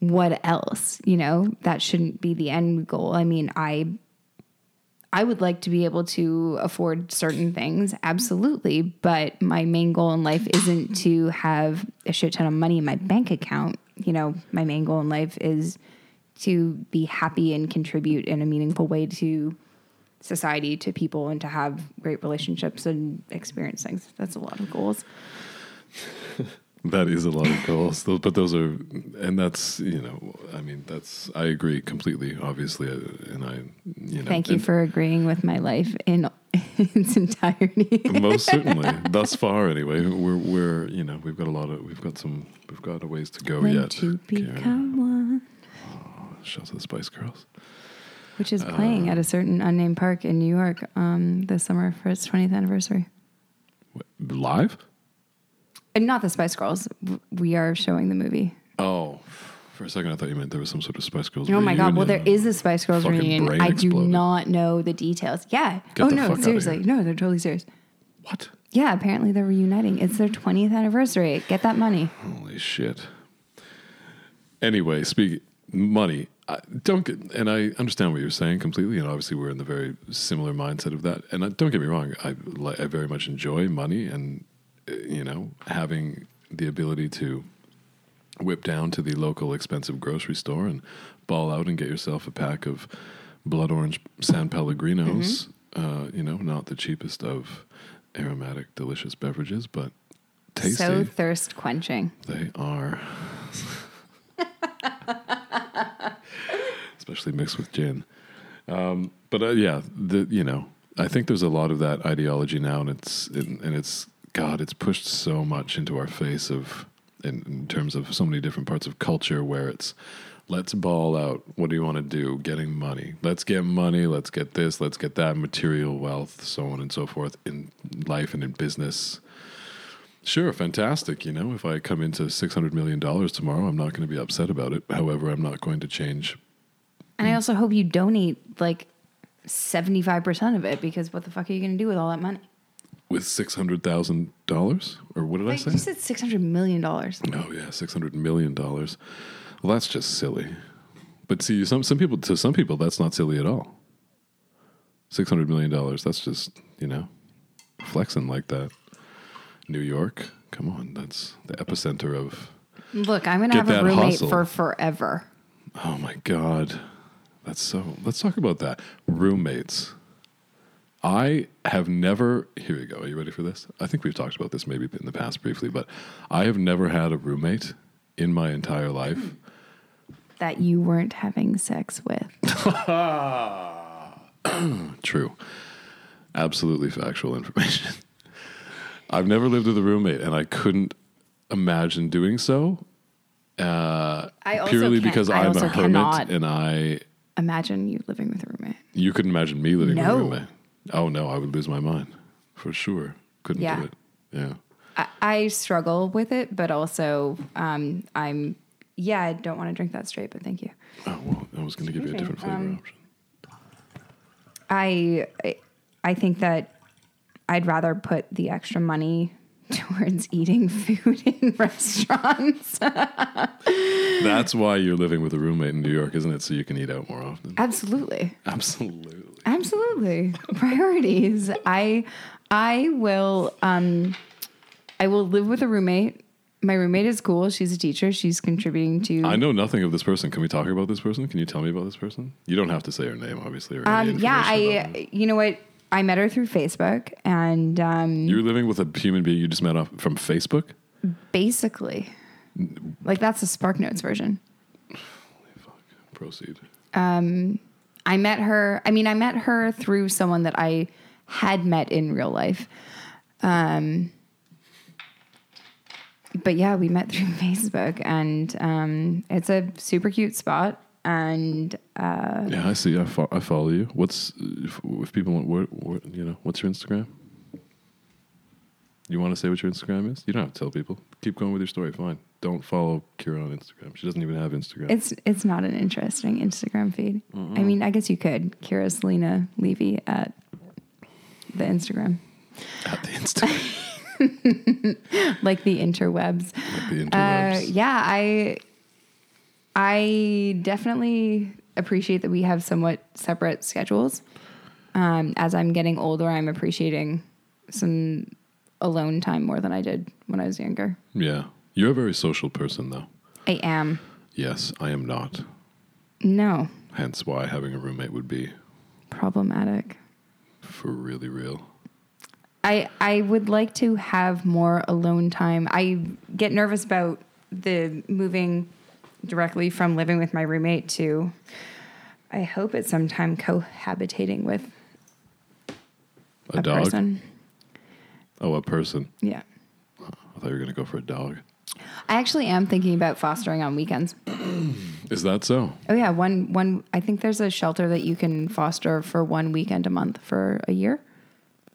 [SPEAKER 4] what else? You know, that shouldn't be the end goal. I mean, I, I would like to be able to afford certain things, absolutely, but my main goal in life isn't to have a shit ton of money in my bank account. You know, my main goal in life is to be happy and contribute in a meaningful way to society, to people, and to have great relationships and experience things. That's a lot of goals.
[SPEAKER 3] That is a lot of goals, Tho- but those are, and that's you know, I mean, that's I agree completely, obviously, uh, and I, you know,
[SPEAKER 4] Thank you
[SPEAKER 3] and
[SPEAKER 4] for agreeing with my life in [LAUGHS] its entirety.
[SPEAKER 3] [LAUGHS]
[SPEAKER 4] [LAUGHS]
[SPEAKER 3] most certainly thus far anyway. We're we're you know we've got a lot of we've got some we've got a ways to go
[SPEAKER 4] When
[SPEAKER 3] yet.
[SPEAKER 4] to
[SPEAKER 3] Oh, Karen.
[SPEAKER 4] become one.
[SPEAKER 3] Shouts to the Spice Girls.
[SPEAKER 4] which
[SPEAKER 3] Uh,
[SPEAKER 4] is playing at a certain unnamed park in New York um, this summer for its 20th anniversary.
[SPEAKER 3] Wh- Live?
[SPEAKER 4] And not the Spice Girls. W- We are showing the movie.
[SPEAKER 3] Oh, for a second I thought you meant there was some sort of Spice Girls.
[SPEAKER 4] Oh my God. Well, there
[SPEAKER 3] reunion.
[SPEAKER 4] is a Spice Girls
[SPEAKER 3] Fucking
[SPEAKER 4] reunion.
[SPEAKER 3] brain
[SPEAKER 4] I do
[SPEAKER 3] exploded.
[SPEAKER 4] not know the details. Yeah.
[SPEAKER 3] Get
[SPEAKER 4] oh,
[SPEAKER 3] the fuck
[SPEAKER 4] no,
[SPEAKER 3] outta
[SPEAKER 4] seriously.
[SPEAKER 3] here.
[SPEAKER 4] No, they're totally serious.
[SPEAKER 3] what?
[SPEAKER 4] Yeah, apparently they're reuniting. It's their 20th anniversary. Get that money.
[SPEAKER 3] Holy shit. Anyway, speak money. I don't get, and I understand what you're saying completely, and obviously we're in the very similar mindset of that. And I, don't get me wrong, I li- I very much enjoy money, and uh, you know having the ability to whip down to the local expensive grocery store and ball out and get yourself a pack of blood orange San Pellegrinos. Uh, you know, not the cheapest of aromatic, delicious beverages, but tasty.
[SPEAKER 4] So thirst quenching.
[SPEAKER 3] They are. Especially mixed with gin. Um, but uh, yeah, the, you know, I think there's a lot of that ideology now, and it's and, and it's God, it's pushed so much into our face of in, in terms of so many different parts of culture where it's let's ball out. What do you want to do? Getting money. Let's get money. Let's get this. Let's get that. Material wealth, so on and so forth in life and in business. Sure, fantastic. You know, if I come into six hundred million dollars tomorrow, I'm not going to be upset about it. However, I'm not going to change.
[SPEAKER 4] And
[SPEAKER 3] Mm.
[SPEAKER 4] I also hope you donate like 75% of it because what the fuck are you going to do with all that money?
[SPEAKER 3] With six hundred thousand dollars, or what did
[SPEAKER 4] Wait,
[SPEAKER 3] I
[SPEAKER 4] you
[SPEAKER 3] say?
[SPEAKER 4] said $600 million.
[SPEAKER 3] No, yeah, six hundred million dollars. Well, that's just silly. But see, some some people to some people that's not silly at all. Six hundred million dollars. That's just you know flexing like that. New York, come on, that's the epicenter of.
[SPEAKER 4] Look, I'm going to
[SPEAKER 3] Get
[SPEAKER 4] have a
[SPEAKER 3] that
[SPEAKER 4] roommate
[SPEAKER 3] hustle.
[SPEAKER 4] for forever.
[SPEAKER 3] Oh my God. That's so. Let's talk about that. Roommates. I have never. Here we go. Are you ready for this? I think we've talked about this maybe in the past briefly, but I have never had a roommate in my entire life.
[SPEAKER 4] that you weren't having sex with. Hmm.
[SPEAKER 3] [CLEARS THROAT] True. Absolutely factual information. [LAUGHS] I've never lived with a roommate, and I couldn't imagine doing so
[SPEAKER 4] I also
[SPEAKER 3] purely
[SPEAKER 4] can't-
[SPEAKER 3] because
[SPEAKER 4] I
[SPEAKER 3] I'm
[SPEAKER 4] also
[SPEAKER 3] a hermit
[SPEAKER 4] cannot
[SPEAKER 3] and I
[SPEAKER 4] imagine you living with a roommate.
[SPEAKER 3] You couldn't imagine me living
[SPEAKER 4] No.
[SPEAKER 3] with a roommate. Oh no, I would lose my mind for sure. Couldn't
[SPEAKER 4] Yeah.
[SPEAKER 3] do it. Yeah.
[SPEAKER 4] I, I struggle with it, but also um, I'm yeah, I don't want to drink that straight, but thank you.
[SPEAKER 3] Oh well, I was going to give you a
[SPEAKER 4] Excuse me,
[SPEAKER 3] different flavor
[SPEAKER 4] um,
[SPEAKER 3] option.
[SPEAKER 4] I I think that I'd rather put the extra money [LAUGHS] towards eating food in [LAUGHS] restaurants.
[SPEAKER 3] That's why you're living with a roommate in New York, isn't it? So you can eat out more often.
[SPEAKER 4] Absolutely.
[SPEAKER 3] Absolutely.
[SPEAKER 4] Absolutely. Priorities. I I will um I will live with a roommate. My roommate is cool. She's a teacher. She's contributing to
[SPEAKER 3] I know nothing of this person. Can we talk about this person? Can you tell me about this person? You don't have to say her name, obviously. Or any
[SPEAKER 4] Um yeah,
[SPEAKER 3] information about them.
[SPEAKER 4] I you know what? I met her through Facebook and um
[SPEAKER 3] You're living with a human being you just met off from Facebook.
[SPEAKER 4] basically like that's the Spark Notes version.
[SPEAKER 3] Proceed.
[SPEAKER 4] I met her. I mean, I met her through someone that I had met in real life. Um, but yeah, we met through [LAUGHS] Facebook, and um, it's a super cute spot. And
[SPEAKER 3] Yeah, I see. I, fo- I follow you. What's if, if people want? What, what you know? What's your Instagram? You want to say what your Instagram is? You don't have to tell people. Keep going with your story. Fine. Don't follow Kira on Instagram. She doesn't even have Instagram.
[SPEAKER 4] it's it's not an interesting Instagram feed. I mean, I guess you could Kira Selena Levy at the Instagram,
[SPEAKER 3] At the Instagram.
[SPEAKER 4] like the interwebs.
[SPEAKER 3] at [LAUGHS] the
[SPEAKER 4] Uh,
[SPEAKER 3] interwebs.
[SPEAKER 4] yeah, I I definitely appreciate that we have somewhat separate schedules. Um, as I'm getting older, I'm appreciating some alone time more than I did when I was younger.
[SPEAKER 3] yeah. You're a very social person, though.
[SPEAKER 4] I am.
[SPEAKER 3] Yes, I am not.
[SPEAKER 4] No,
[SPEAKER 3] Hence why having a roommate would be
[SPEAKER 4] problematic.
[SPEAKER 3] for really real.
[SPEAKER 4] I I would like to have more alone time. I get nervous about the moving directly from living with my roommate to I hope it's sometime cohabitating with
[SPEAKER 3] A,
[SPEAKER 4] a
[SPEAKER 3] dog?
[SPEAKER 4] person.
[SPEAKER 3] Oh, a person.
[SPEAKER 4] Yeah.
[SPEAKER 3] I thought you were going to go for a dog.
[SPEAKER 4] I actually am thinking about fostering on weekends.
[SPEAKER 3] Is that so?
[SPEAKER 4] Oh yeah, one one I think there's a shelter that you can foster for one weekend a month for a year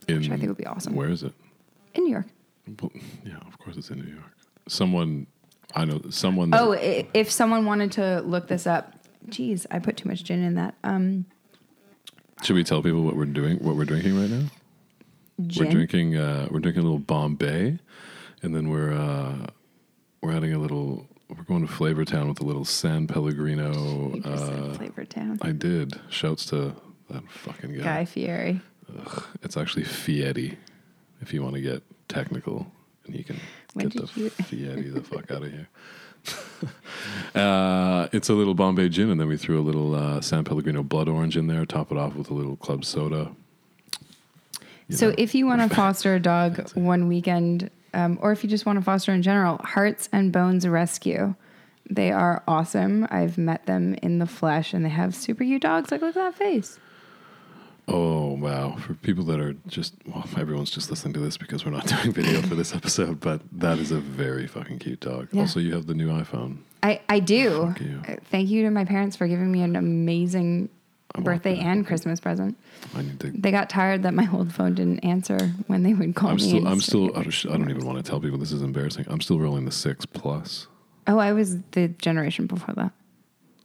[SPEAKER 3] In,
[SPEAKER 4] I think would be awesome.
[SPEAKER 3] Where is it?
[SPEAKER 4] in New York.
[SPEAKER 3] Well, yeah, of course it's in New York. Someone I know. Someone. That,
[SPEAKER 4] Oh, i- if someone wanted to look this up. Geez, I put too much gin in that. Um
[SPEAKER 3] should we tell people what we're doing? What we're drinking right now?
[SPEAKER 4] gin.
[SPEAKER 3] We're drinking. Uh, we're drinking a little Bombay, and then we're uh, we're adding a little. We're going to Flavor Town with a little San Pellegrino.
[SPEAKER 4] You just said
[SPEAKER 3] Uh,
[SPEAKER 4] Flavor Town.
[SPEAKER 3] I did. Shouts to that fucking guy.
[SPEAKER 4] Guy Fieri.
[SPEAKER 3] It's actually Fietti, if you want to get technical, and you can
[SPEAKER 4] When
[SPEAKER 3] get
[SPEAKER 4] did
[SPEAKER 3] the
[SPEAKER 4] you-
[SPEAKER 3] Fietti the
[SPEAKER 4] [LAUGHS]
[SPEAKER 3] fuck out of here. [LAUGHS] uh, it's a little Bombay gin, and then we threw a little uh, San Pellegrino blood orange in there. Top it off with a little club soda.
[SPEAKER 4] So if
[SPEAKER 3] [LAUGHS]
[SPEAKER 4] you want to foster a dog one weekend, um, or if you just want to foster in general, Hearts and Bones Rescue. They are awesome. I've met them in the flesh and they have super cute dogs. Like, look at that face.
[SPEAKER 3] Oh wow! For people that are just well, everyone's just listening to this because we're not [LAUGHS] doing video for this episode, but that is a very fucking cute dog.
[SPEAKER 4] Yeah.
[SPEAKER 3] Also, you have the new iPhone.
[SPEAKER 4] I, I do.
[SPEAKER 3] Fuck you.
[SPEAKER 4] Uh, Thank you to my parents for giving me an amazing birthday and Christmas present.
[SPEAKER 3] I need to
[SPEAKER 4] They got tired that my [LAUGHS] old phone didn't answer when they would call
[SPEAKER 3] I'm
[SPEAKER 4] Oh, me.
[SPEAKER 3] still.
[SPEAKER 4] and
[SPEAKER 3] I'm
[SPEAKER 4] say-
[SPEAKER 3] still. I don't- I don't even want to tell people this is embarrassing. I'm still rolling the six plus.
[SPEAKER 4] Oh, I was the generation before that.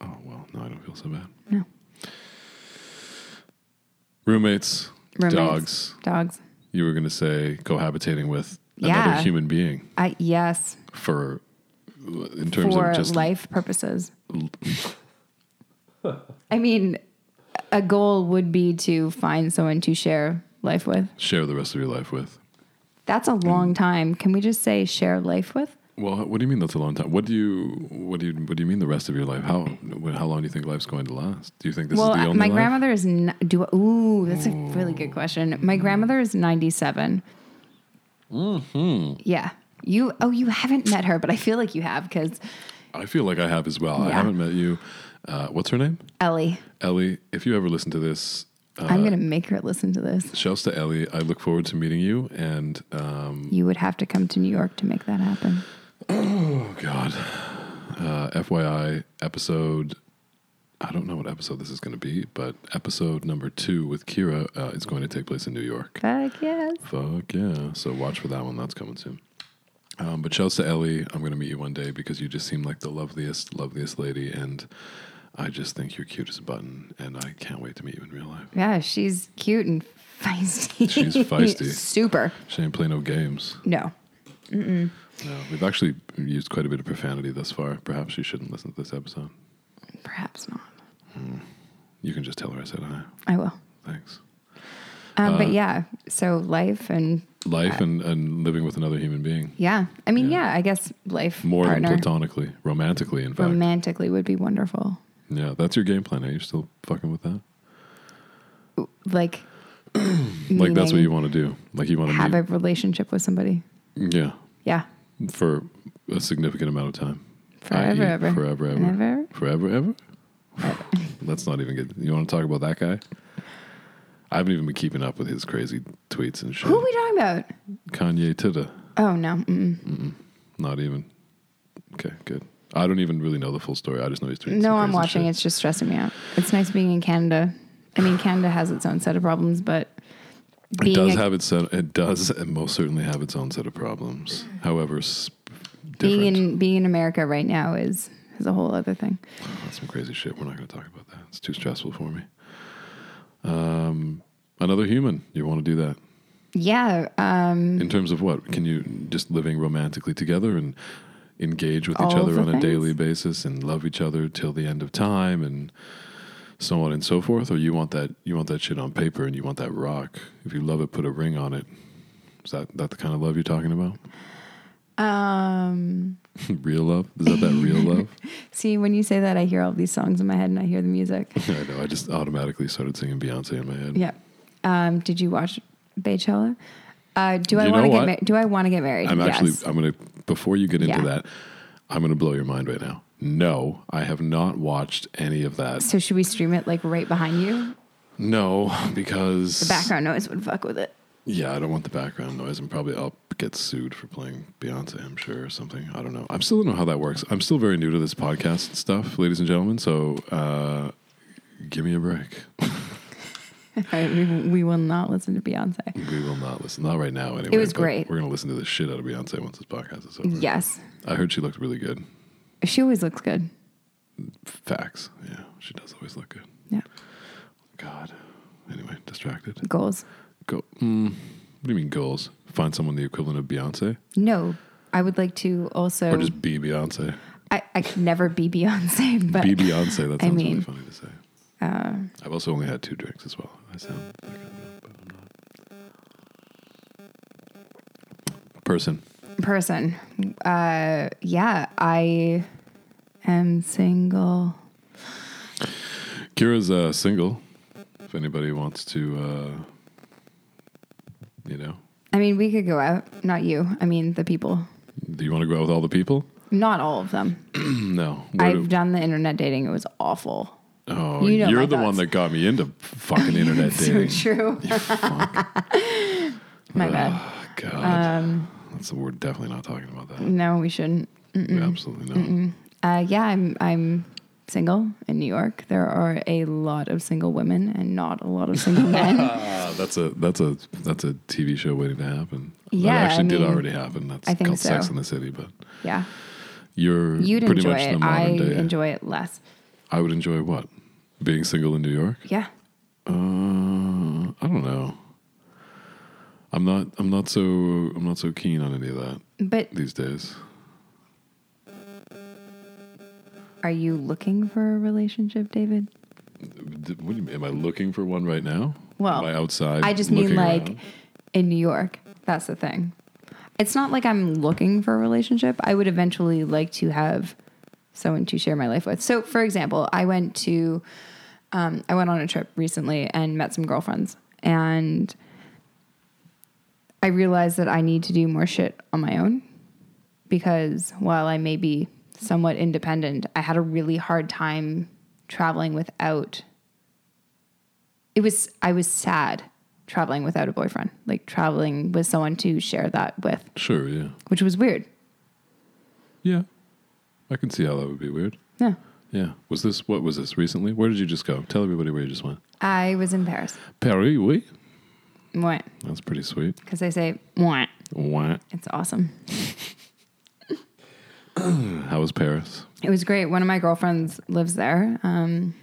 [SPEAKER 3] Oh well, no, I don't feel so bad.
[SPEAKER 4] No.
[SPEAKER 3] Roommates,
[SPEAKER 4] Roommates.
[SPEAKER 3] dogs.
[SPEAKER 4] Dogs.
[SPEAKER 3] You were gonna say cohabitating with
[SPEAKER 4] Yeah.
[SPEAKER 3] another human being
[SPEAKER 4] I, yes,
[SPEAKER 3] for, in terms
[SPEAKER 4] for
[SPEAKER 3] of just
[SPEAKER 4] life purposes.
[SPEAKER 3] [LAUGHS]
[SPEAKER 4] I mean, a goal would be to find someone to share life with.
[SPEAKER 3] share the rest of your life with.
[SPEAKER 4] That's
[SPEAKER 3] Mm.
[SPEAKER 4] a long time. Can we just say share life with?
[SPEAKER 3] Well, what do you mean that's a long time? What do you what do you what do you mean the rest of your life? How how long do you think life's going to last? Do you think this
[SPEAKER 4] well,
[SPEAKER 3] is the
[SPEAKER 4] uh,
[SPEAKER 3] only
[SPEAKER 4] my
[SPEAKER 3] life?
[SPEAKER 4] grandmother is n- do. Ooh, that's a really good question. My grandmother is ninety-seven.
[SPEAKER 3] Mm-hmm.
[SPEAKER 4] Yeah, you. Oh, you haven't met her, but I feel like you have because
[SPEAKER 3] I feel like I have as well. I
[SPEAKER 4] Yeah.
[SPEAKER 3] haven't met you. Uh, what's her name?
[SPEAKER 4] Ellie.
[SPEAKER 3] Ellie. If you ever listen to this, Uh,
[SPEAKER 4] I'm gonna make her listen to this.
[SPEAKER 3] Shouts to Ellie. I look forward to meeting you. And um,
[SPEAKER 4] You would have to come to New York to make that happen.
[SPEAKER 3] oh god, uh, FYI, episode. I don't know what episode this is going to be, but episode number two with Kira uh, is going to take place in New York.
[SPEAKER 4] Fuck yes.
[SPEAKER 3] Fuck yeah! So watch for that one. That's coming soon. Um, but shouts to Ellie. I'm going to meet you one day because you just seem like the loveliest, loveliest lady, and I just think you're cute as a button, and I can't wait to meet you in real life.
[SPEAKER 4] Yeah, she's cute and feisty. [LAUGHS]
[SPEAKER 3] She's feisty.
[SPEAKER 4] Super.
[SPEAKER 3] She ain't play no games.
[SPEAKER 4] No.
[SPEAKER 3] No, we've actually used quite a bit of profanity thus far. Perhaps she shouldn't listen to this episode.
[SPEAKER 4] Perhaps not.
[SPEAKER 3] You can just tell her I said hi.
[SPEAKER 4] I will.
[SPEAKER 3] Thanks.
[SPEAKER 4] Um,
[SPEAKER 3] Uh,
[SPEAKER 4] but yeah, so life and
[SPEAKER 3] Life
[SPEAKER 4] Uh,
[SPEAKER 3] and, and living with another human being.
[SPEAKER 4] yeah. I mean,
[SPEAKER 3] Yeah.
[SPEAKER 4] yeah, I guess life
[SPEAKER 3] More
[SPEAKER 4] partner
[SPEAKER 3] than platonically, romantically, in fact.
[SPEAKER 4] romantically would be wonderful.
[SPEAKER 3] yeah, that's your game plan. Are you still fucking with that?
[SPEAKER 4] Like,
[SPEAKER 3] Like, that's what
[SPEAKER 4] meaning
[SPEAKER 3] you want to do. Like, you want to
[SPEAKER 4] have
[SPEAKER 3] meet.
[SPEAKER 4] a relationship with somebody.
[SPEAKER 3] yeah,
[SPEAKER 4] Yeah.
[SPEAKER 3] for a significant amount of time.
[SPEAKER 4] Forever,
[SPEAKER 3] I.e.,
[SPEAKER 4] ever.
[SPEAKER 3] Forever, ever.
[SPEAKER 4] Never.
[SPEAKER 3] Forever, ever? [LAUGHS] Let's not even get. You want to talk about that guy? I haven't even been keeping up with his crazy tweets and shit.
[SPEAKER 4] Who are we talking about?
[SPEAKER 3] Kanye Titta.
[SPEAKER 4] Oh, no. Mm-mm.
[SPEAKER 3] Not even. Okay, good. I don't even really know the full story. I just know he's tweeting.
[SPEAKER 4] No,
[SPEAKER 3] some
[SPEAKER 4] I'm
[SPEAKER 3] crazy
[SPEAKER 4] watching.
[SPEAKER 3] shit.
[SPEAKER 4] It's just stressing me out. It's nice being in Canada. I mean, Canada has its own set of problems, but
[SPEAKER 3] It
[SPEAKER 4] being
[SPEAKER 3] does
[SPEAKER 4] a,
[SPEAKER 3] have its own, it does and most certainly have its own set of problems. However, sp-
[SPEAKER 4] being
[SPEAKER 3] different.
[SPEAKER 4] in being in America right now is is a whole other thing.
[SPEAKER 3] That's some crazy shit. We're not going to talk about that. It's too stressful for me. Um, another human. You want to do that
[SPEAKER 4] Yeah, um,
[SPEAKER 3] in terms of what? Can you just living romantically together and engage with each
[SPEAKER 4] All of
[SPEAKER 3] other
[SPEAKER 4] the
[SPEAKER 3] on a
[SPEAKER 4] things?
[SPEAKER 3] daily basis and love each other till the end of time and so on and so forth? Or you want that you want that shit on paper and you want that rock. If you love it, put a ring on it. Is that that the kind of love you're talking about?
[SPEAKER 4] um,
[SPEAKER 3] real love? Is that that real love?
[SPEAKER 4] see, when you say that, I hear all these songs in my head, and I hear the music.
[SPEAKER 3] [LAUGHS] I know. I just automatically started singing Beyonce in my head.
[SPEAKER 4] yeah. Um, did you watch Beychella? Uh, do I
[SPEAKER 3] You
[SPEAKER 4] want
[SPEAKER 3] know
[SPEAKER 4] to
[SPEAKER 3] what?
[SPEAKER 4] get married? Do I want to get married?
[SPEAKER 3] I'm actually.
[SPEAKER 4] yes.
[SPEAKER 3] I'm gonna. Before you get into
[SPEAKER 4] Yeah.
[SPEAKER 3] that, I'm gonna blow your mind right now. No, I have not watched any of that.
[SPEAKER 4] so should we stream it like right behind you?
[SPEAKER 3] No, because
[SPEAKER 4] The background noise would fuck with [LAUGHS] it.
[SPEAKER 3] Yeah, I don't want the background noise, and probably I'll get sued for playing Beyonce. I'm sure or something. I don't know. I'm still don't know how that works. I'm still very new to this podcast stuff, ladies and gentlemen. So, uh, give me a break. [LAUGHS]
[SPEAKER 4] All right, we, we will not listen to Beyonce.
[SPEAKER 3] We will not listen. Not right now, anyway.
[SPEAKER 4] was
[SPEAKER 3] but
[SPEAKER 4] great.
[SPEAKER 3] We're gonna listen to the shit out of Beyonce once this podcast is over.
[SPEAKER 4] Yes,
[SPEAKER 3] I heard she looked really good.
[SPEAKER 4] she always looks good.
[SPEAKER 3] Facts. Yeah, she does always look good.
[SPEAKER 4] Yeah,
[SPEAKER 3] God. Anyway, distracted.
[SPEAKER 4] goals.
[SPEAKER 3] Go. Mm, what do you mean goals? Find someone the equivalent of Beyonce,
[SPEAKER 4] No, I would like to also.
[SPEAKER 3] or just be Beyonce?
[SPEAKER 4] I, I could never be Beyonce, but
[SPEAKER 3] Be Beyonce. That sounds
[SPEAKER 4] [LAUGHS] I
[SPEAKER 3] really
[SPEAKER 4] mean, uh,
[SPEAKER 3] funny to say. I've also only had two drinks as well. I sound like I'm not, but I'm not. Person.
[SPEAKER 4] person. Uh, yeah, I am single.
[SPEAKER 3] Kira's uh, single. If anybody wants to, uh, you know,
[SPEAKER 4] I mean, we could go out. Not you. I mean, the people.
[SPEAKER 3] do you want to go out with all the people? [CLEARS THROAT]
[SPEAKER 4] Not all of them.
[SPEAKER 3] No. Where do-
[SPEAKER 4] I've done the internet dating. It was awful.
[SPEAKER 3] Oh,
[SPEAKER 4] You
[SPEAKER 3] you
[SPEAKER 4] know
[SPEAKER 3] are
[SPEAKER 4] my
[SPEAKER 3] the one
[SPEAKER 4] thoughts.
[SPEAKER 3] that got me into
[SPEAKER 4] [LAUGHS]
[SPEAKER 3] fucking internet
[SPEAKER 4] So
[SPEAKER 3] dating. [LAUGHS]
[SPEAKER 4] true. [LAUGHS] My bad.
[SPEAKER 3] Oh, God.
[SPEAKER 4] Um,
[SPEAKER 3] That's the word. Definitely not talking about that.
[SPEAKER 4] No, we shouldn't.
[SPEAKER 3] Absolutely not.
[SPEAKER 4] Uh, yeah, I'm. I'm single in New York. There are a lot of single women and not a lot of single
[SPEAKER 3] [LAUGHS]
[SPEAKER 4] men.
[SPEAKER 3] Uh, that's a that's a that's a TV show waiting to happen.
[SPEAKER 4] Yeah,
[SPEAKER 3] that
[SPEAKER 4] I
[SPEAKER 3] actually did
[SPEAKER 4] mean,
[SPEAKER 3] already happen. That's
[SPEAKER 4] I think
[SPEAKER 3] called Sex
[SPEAKER 4] so.
[SPEAKER 3] in the City, but
[SPEAKER 4] Yeah,
[SPEAKER 3] you're
[SPEAKER 4] you'd
[SPEAKER 3] pretty
[SPEAKER 4] enjoy
[SPEAKER 3] much the
[SPEAKER 4] it. I
[SPEAKER 3] modern day.
[SPEAKER 4] enjoy it less.
[SPEAKER 3] I would enjoy what being single in New York.
[SPEAKER 4] Yeah.
[SPEAKER 3] Uh, I don't know. I'm not. I'm not so. I'm not so keen on any of that
[SPEAKER 4] But
[SPEAKER 3] these days.
[SPEAKER 4] are you looking for a relationship, David?
[SPEAKER 3] D- What do you mean? Am I looking for one right now?
[SPEAKER 4] Well,
[SPEAKER 3] am I outside?
[SPEAKER 4] I just mean
[SPEAKER 3] looking
[SPEAKER 4] like
[SPEAKER 3] around?
[SPEAKER 4] in New York. That's the thing. It's not like I'm looking for a relationship. I would eventually like to have someone to share my life with. So, for example, I went to um, I went on a trip recently and met some girlfriends, and I realized that I need to do more shit on my own because while I may be somewhat independent, I had a really hard time traveling without it was I was sad traveling without a boyfriend, like traveling with someone to share that with,
[SPEAKER 3] Sure. Yeah.
[SPEAKER 4] which was weird.
[SPEAKER 3] Yeah. I can see how that would be weird.
[SPEAKER 4] Yeah.
[SPEAKER 3] Yeah. Was this what was this recently? Where did you just go? Tell everybody where you just went.
[SPEAKER 4] I was in Paris.
[SPEAKER 3] Paris, oui.
[SPEAKER 4] What?
[SPEAKER 3] That's pretty sweet.
[SPEAKER 4] Because they say what?
[SPEAKER 3] What?
[SPEAKER 4] It's awesome.
[SPEAKER 3] How was Paris?
[SPEAKER 4] It was great. One of my girlfriends lives there. Um,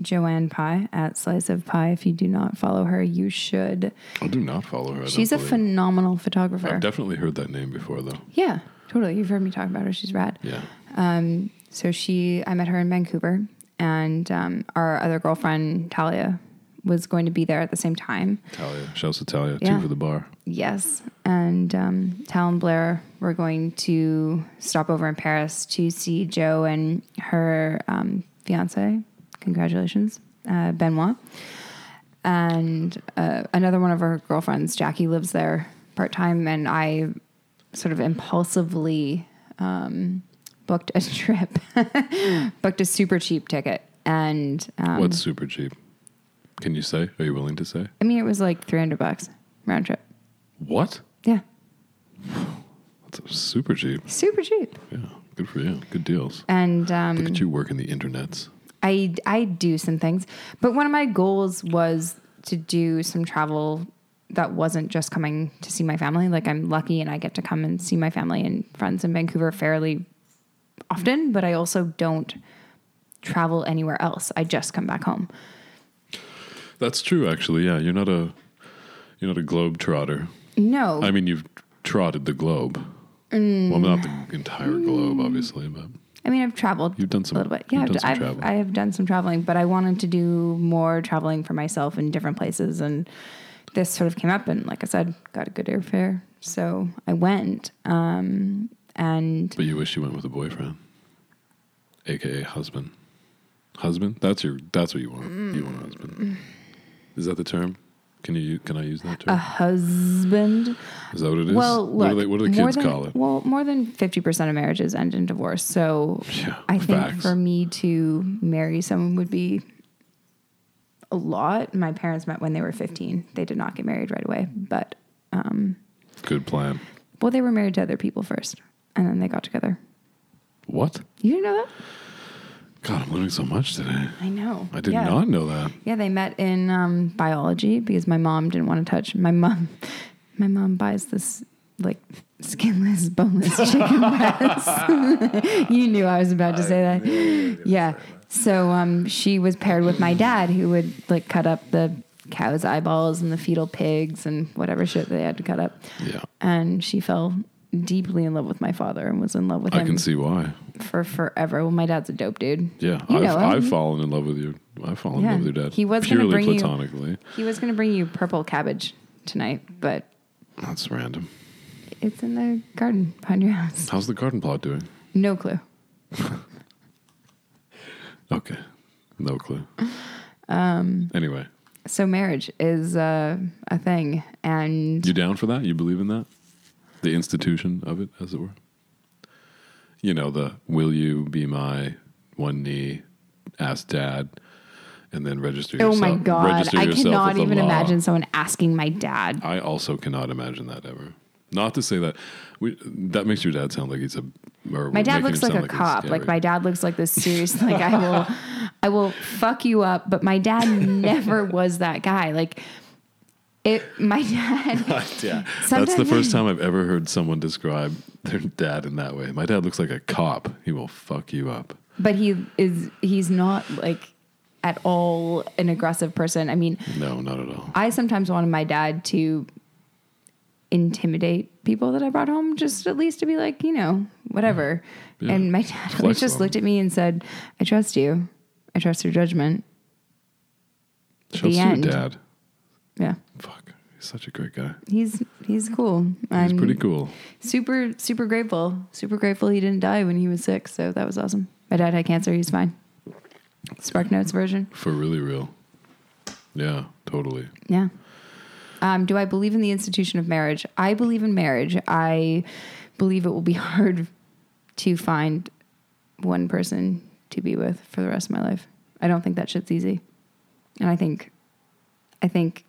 [SPEAKER 4] Joanne Pie at Slice of Pie. If you do not follow her, you should.
[SPEAKER 3] I do not follow her. I don't
[SPEAKER 4] She's a
[SPEAKER 3] believe-
[SPEAKER 4] phenomenal photographer.
[SPEAKER 3] I've definitely heard that name before, though.
[SPEAKER 4] yeah, totally. You've heard me talk about her. She's rad.
[SPEAKER 3] Yeah.
[SPEAKER 4] Um, so she, I met her in Vancouver, and um, our other girlfriend Talia was going to be there at the same time.
[SPEAKER 3] Talia. Shouts to Talia.
[SPEAKER 4] Yeah.
[SPEAKER 3] Two for the bar.
[SPEAKER 4] Yes, and um, Tal and Blair were going to stop over in Paris to see Joe and her um, fiance. Congratulations, uh, Benoit, and uh, another one of her girlfriends, Jackie, lives there part time, and I sort of impulsively um, booked a [LAUGHS] trip, booked a super cheap ticket, and um,
[SPEAKER 3] What's super cheap? Can you say? Are you willing to say?
[SPEAKER 4] I mean it was like three hundred bucks round trip.
[SPEAKER 3] What?
[SPEAKER 4] Yeah,
[SPEAKER 3] That's super cheap.
[SPEAKER 4] super cheap,
[SPEAKER 3] Yeah. Good for you. Good deals.
[SPEAKER 4] and um,
[SPEAKER 3] Look at you working the internets.
[SPEAKER 4] I I do some things, but one of my goals was to do some travel that wasn't just coming to see my family. Like I'm lucky and I get to come and see my family and friends in Vancouver fairly often, but I also don't travel anywhere else. I just come back home.
[SPEAKER 3] That's true, actually. Yeah, you're not a you're not a globe trotter.
[SPEAKER 4] No,
[SPEAKER 3] I mean, you've trotted the globe.
[SPEAKER 4] Mm.
[SPEAKER 3] Well, not the entire globe, obviously, but
[SPEAKER 4] I mean, I've traveled.
[SPEAKER 3] You've done some-
[SPEAKER 4] a little bit.
[SPEAKER 3] you've
[SPEAKER 4] Yeah, I've,
[SPEAKER 3] done some
[SPEAKER 4] I've,
[SPEAKER 3] travel.
[SPEAKER 4] I have done some traveling, but I wanted to do more traveling for myself in different places, and this sort of came up. And like I said, got a good airfare, so I went. Um, and
[SPEAKER 3] but you wish you went with a boyfriend, aka husband. Husband? That's your. That's what you want.
[SPEAKER 4] Mm.
[SPEAKER 3] You want a husband. Is that the term? Can you? u- Can I use that term?
[SPEAKER 4] a husband.
[SPEAKER 3] is that what it is?
[SPEAKER 4] Uh, Well,
[SPEAKER 3] what
[SPEAKER 4] look.
[SPEAKER 3] do they, what do the
[SPEAKER 4] more
[SPEAKER 3] kids
[SPEAKER 4] than-
[SPEAKER 3] call it?
[SPEAKER 4] Well, more than fifty percent of marriages end in divorce. So
[SPEAKER 3] Yeah,
[SPEAKER 4] I think
[SPEAKER 3] facts.
[SPEAKER 4] for me to marry someone would be a lot. My parents met when they were fifteen. They did not get married right away, but
[SPEAKER 3] Good plan.
[SPEAKER 4] Well, they were married to other people first, and then they got together.
[SPEAKER 3] What?
[SPEAKER 4] You didn't know that?
[SPEAKER 3] God, I'm learning so much today.
[SPEAKER 4] I know.
[SPEAKER 3] I did
[SPEAKER 4] yeah.
[SPEAKER 3] not know that.
[SPEAKER 4] Yeah, they met in um, biology because my mom didn't want to touch my mom. [LAUGHS] My mom buys this like
[SPEAKER 3] [LAUGHS]
[SPEAKER 4] skinless, boneless chicken breast. [LAUGHS] you knew I was about to say that. Yeah. So um, she was paired with my dad, who would like cut up the cow's eyeballs and the fetal pigs and whatever shit they had to cut up.
[SPEAKER 3] Yeah,
[SPEAKER 4] And she fell deeply in love with my father and was in love with
[SPEAKER 3] I
[SPEAKER 4] him.
[SPEAKER 3] can see why.
[SPEAKER 4] for forever. Well, my dad's a dope dude.
[SPEAKER 3] Yeah,
[SPEAKER 4] you
[SPEAKER 3] I've,
[SPEAKER 4] know him.
[SPEAKER 3] I've fallen in love with you. I've fallen
[SPEAKER 4] Yeah.
[SPEAKER 3] in love with your dad.
[SPEAKER 4] He was gonna
[SPEAKER 3] purely
[SPEAKER 4] bring you-
[SPEAKER 3] platonically.
[SPEAKER 4] He was gonna bring you purple cabbage tonight, but
[SPEAKER 3] That's random.
[SPEAKER 4] it's in the garden behind your house.
[SPEAKER 3] How's the garden plot doing?
[SPEAKER 4] No clue.
[SPEAKER 3] Okay, no
[SPEAKER 4] [LAUGHS]
[SPEAKER 3] clue. Um. Anyway,
[SPEAKER 4] So marriage is uh, a thing, and
[SPEAKER 3] you down for that? You believe in that? The institution of it, as it were. You know the "Will you be my one knee?" Ask dad, and then register.
[SPEAKER 4] oh
[SPEAKER 3] yourself,
[SPEAKER 4] my god,
[SPEAKER 3] register
[SPEAKER 4] I
[SPEAKER 3] yourself with
[SPEAKER 4] cannot
[SPEAKER 3] the
[SPEAKER 4] even
[SPEAKER 3] law.
[SPEAKER 4] imagine someone asking my dad.
[SPEAKER 3] I also cannot imagine that ever. Not to say that we, that makes your dad sound like he's a. or
[SPEAKER 4] My
[SPEAKER 3] we're
[SPEAKER 4] dad
[SPEAKER 3] making
[SPEAKER 4] looks
[SPEAKER 3] him
[SPEAKER 4] like a
[SPEAKER 3] sound he's
[SPEAKER 4] cop. Like
[SPEAKER 3] scary.
[SPEAKER 4] my dad looks like this serious. [LAUGHS] like I will, I will fuck you up. But my dad [LAUGHS] never was that guy. Like it. My [LAUGHS] dad.
[SPEAKER 3] [LAUGHS] yeah. That's the
[SPEAKER 4] Sometimes-
[SPEAKER 3] first time I've ever heard someone describe their dad in that way. My dad looks like a cop. He will fuck you up.
[SPEAKER 4] but he is he's not like at all an aggressive person i mean
[SPEAKER 3] No, not at all.
[SPEAKER 4] i sometimes wanted my dad to intimidate people that i brought home just at least to be like you know whatever
[SPEAKER 3] Yeah.
[SPEAKER 4] and my dad
[SPEAKER 3] Flex
[SPEAKER 4] always just
[SPEAKER 3] on
[SPEAKER 4] looked at me and said i trust you i trust your judgment
[SPEAKER 3] Shout out to
[SPEAKER 4] end.
[SPEAKER 3] your dad.
[SPEAKER 4] yeah
[SPEAKER 3] Fuck. He's such a great guy.
[SPEAKER 4] he's he's cool
[SPEAKER 3] He's
[SPEAKER 4] i'm
[SPEAKER 3] pretty cool.
[SPEAKER 4] super super grateful super grateful he didn't die when he was sick so that was awesome my dad had cancer he's fine spark notes version
[SPEAKER 3] For really real. Yeah, totally.
[SPEAKER 4] Yeah. Um, do I believe in the institution of marriage? I believe in marriage. I believe it will be [LAUGHS] hard to find one person to be with for the rest of my life. I don't think that shit's easy. And I think I think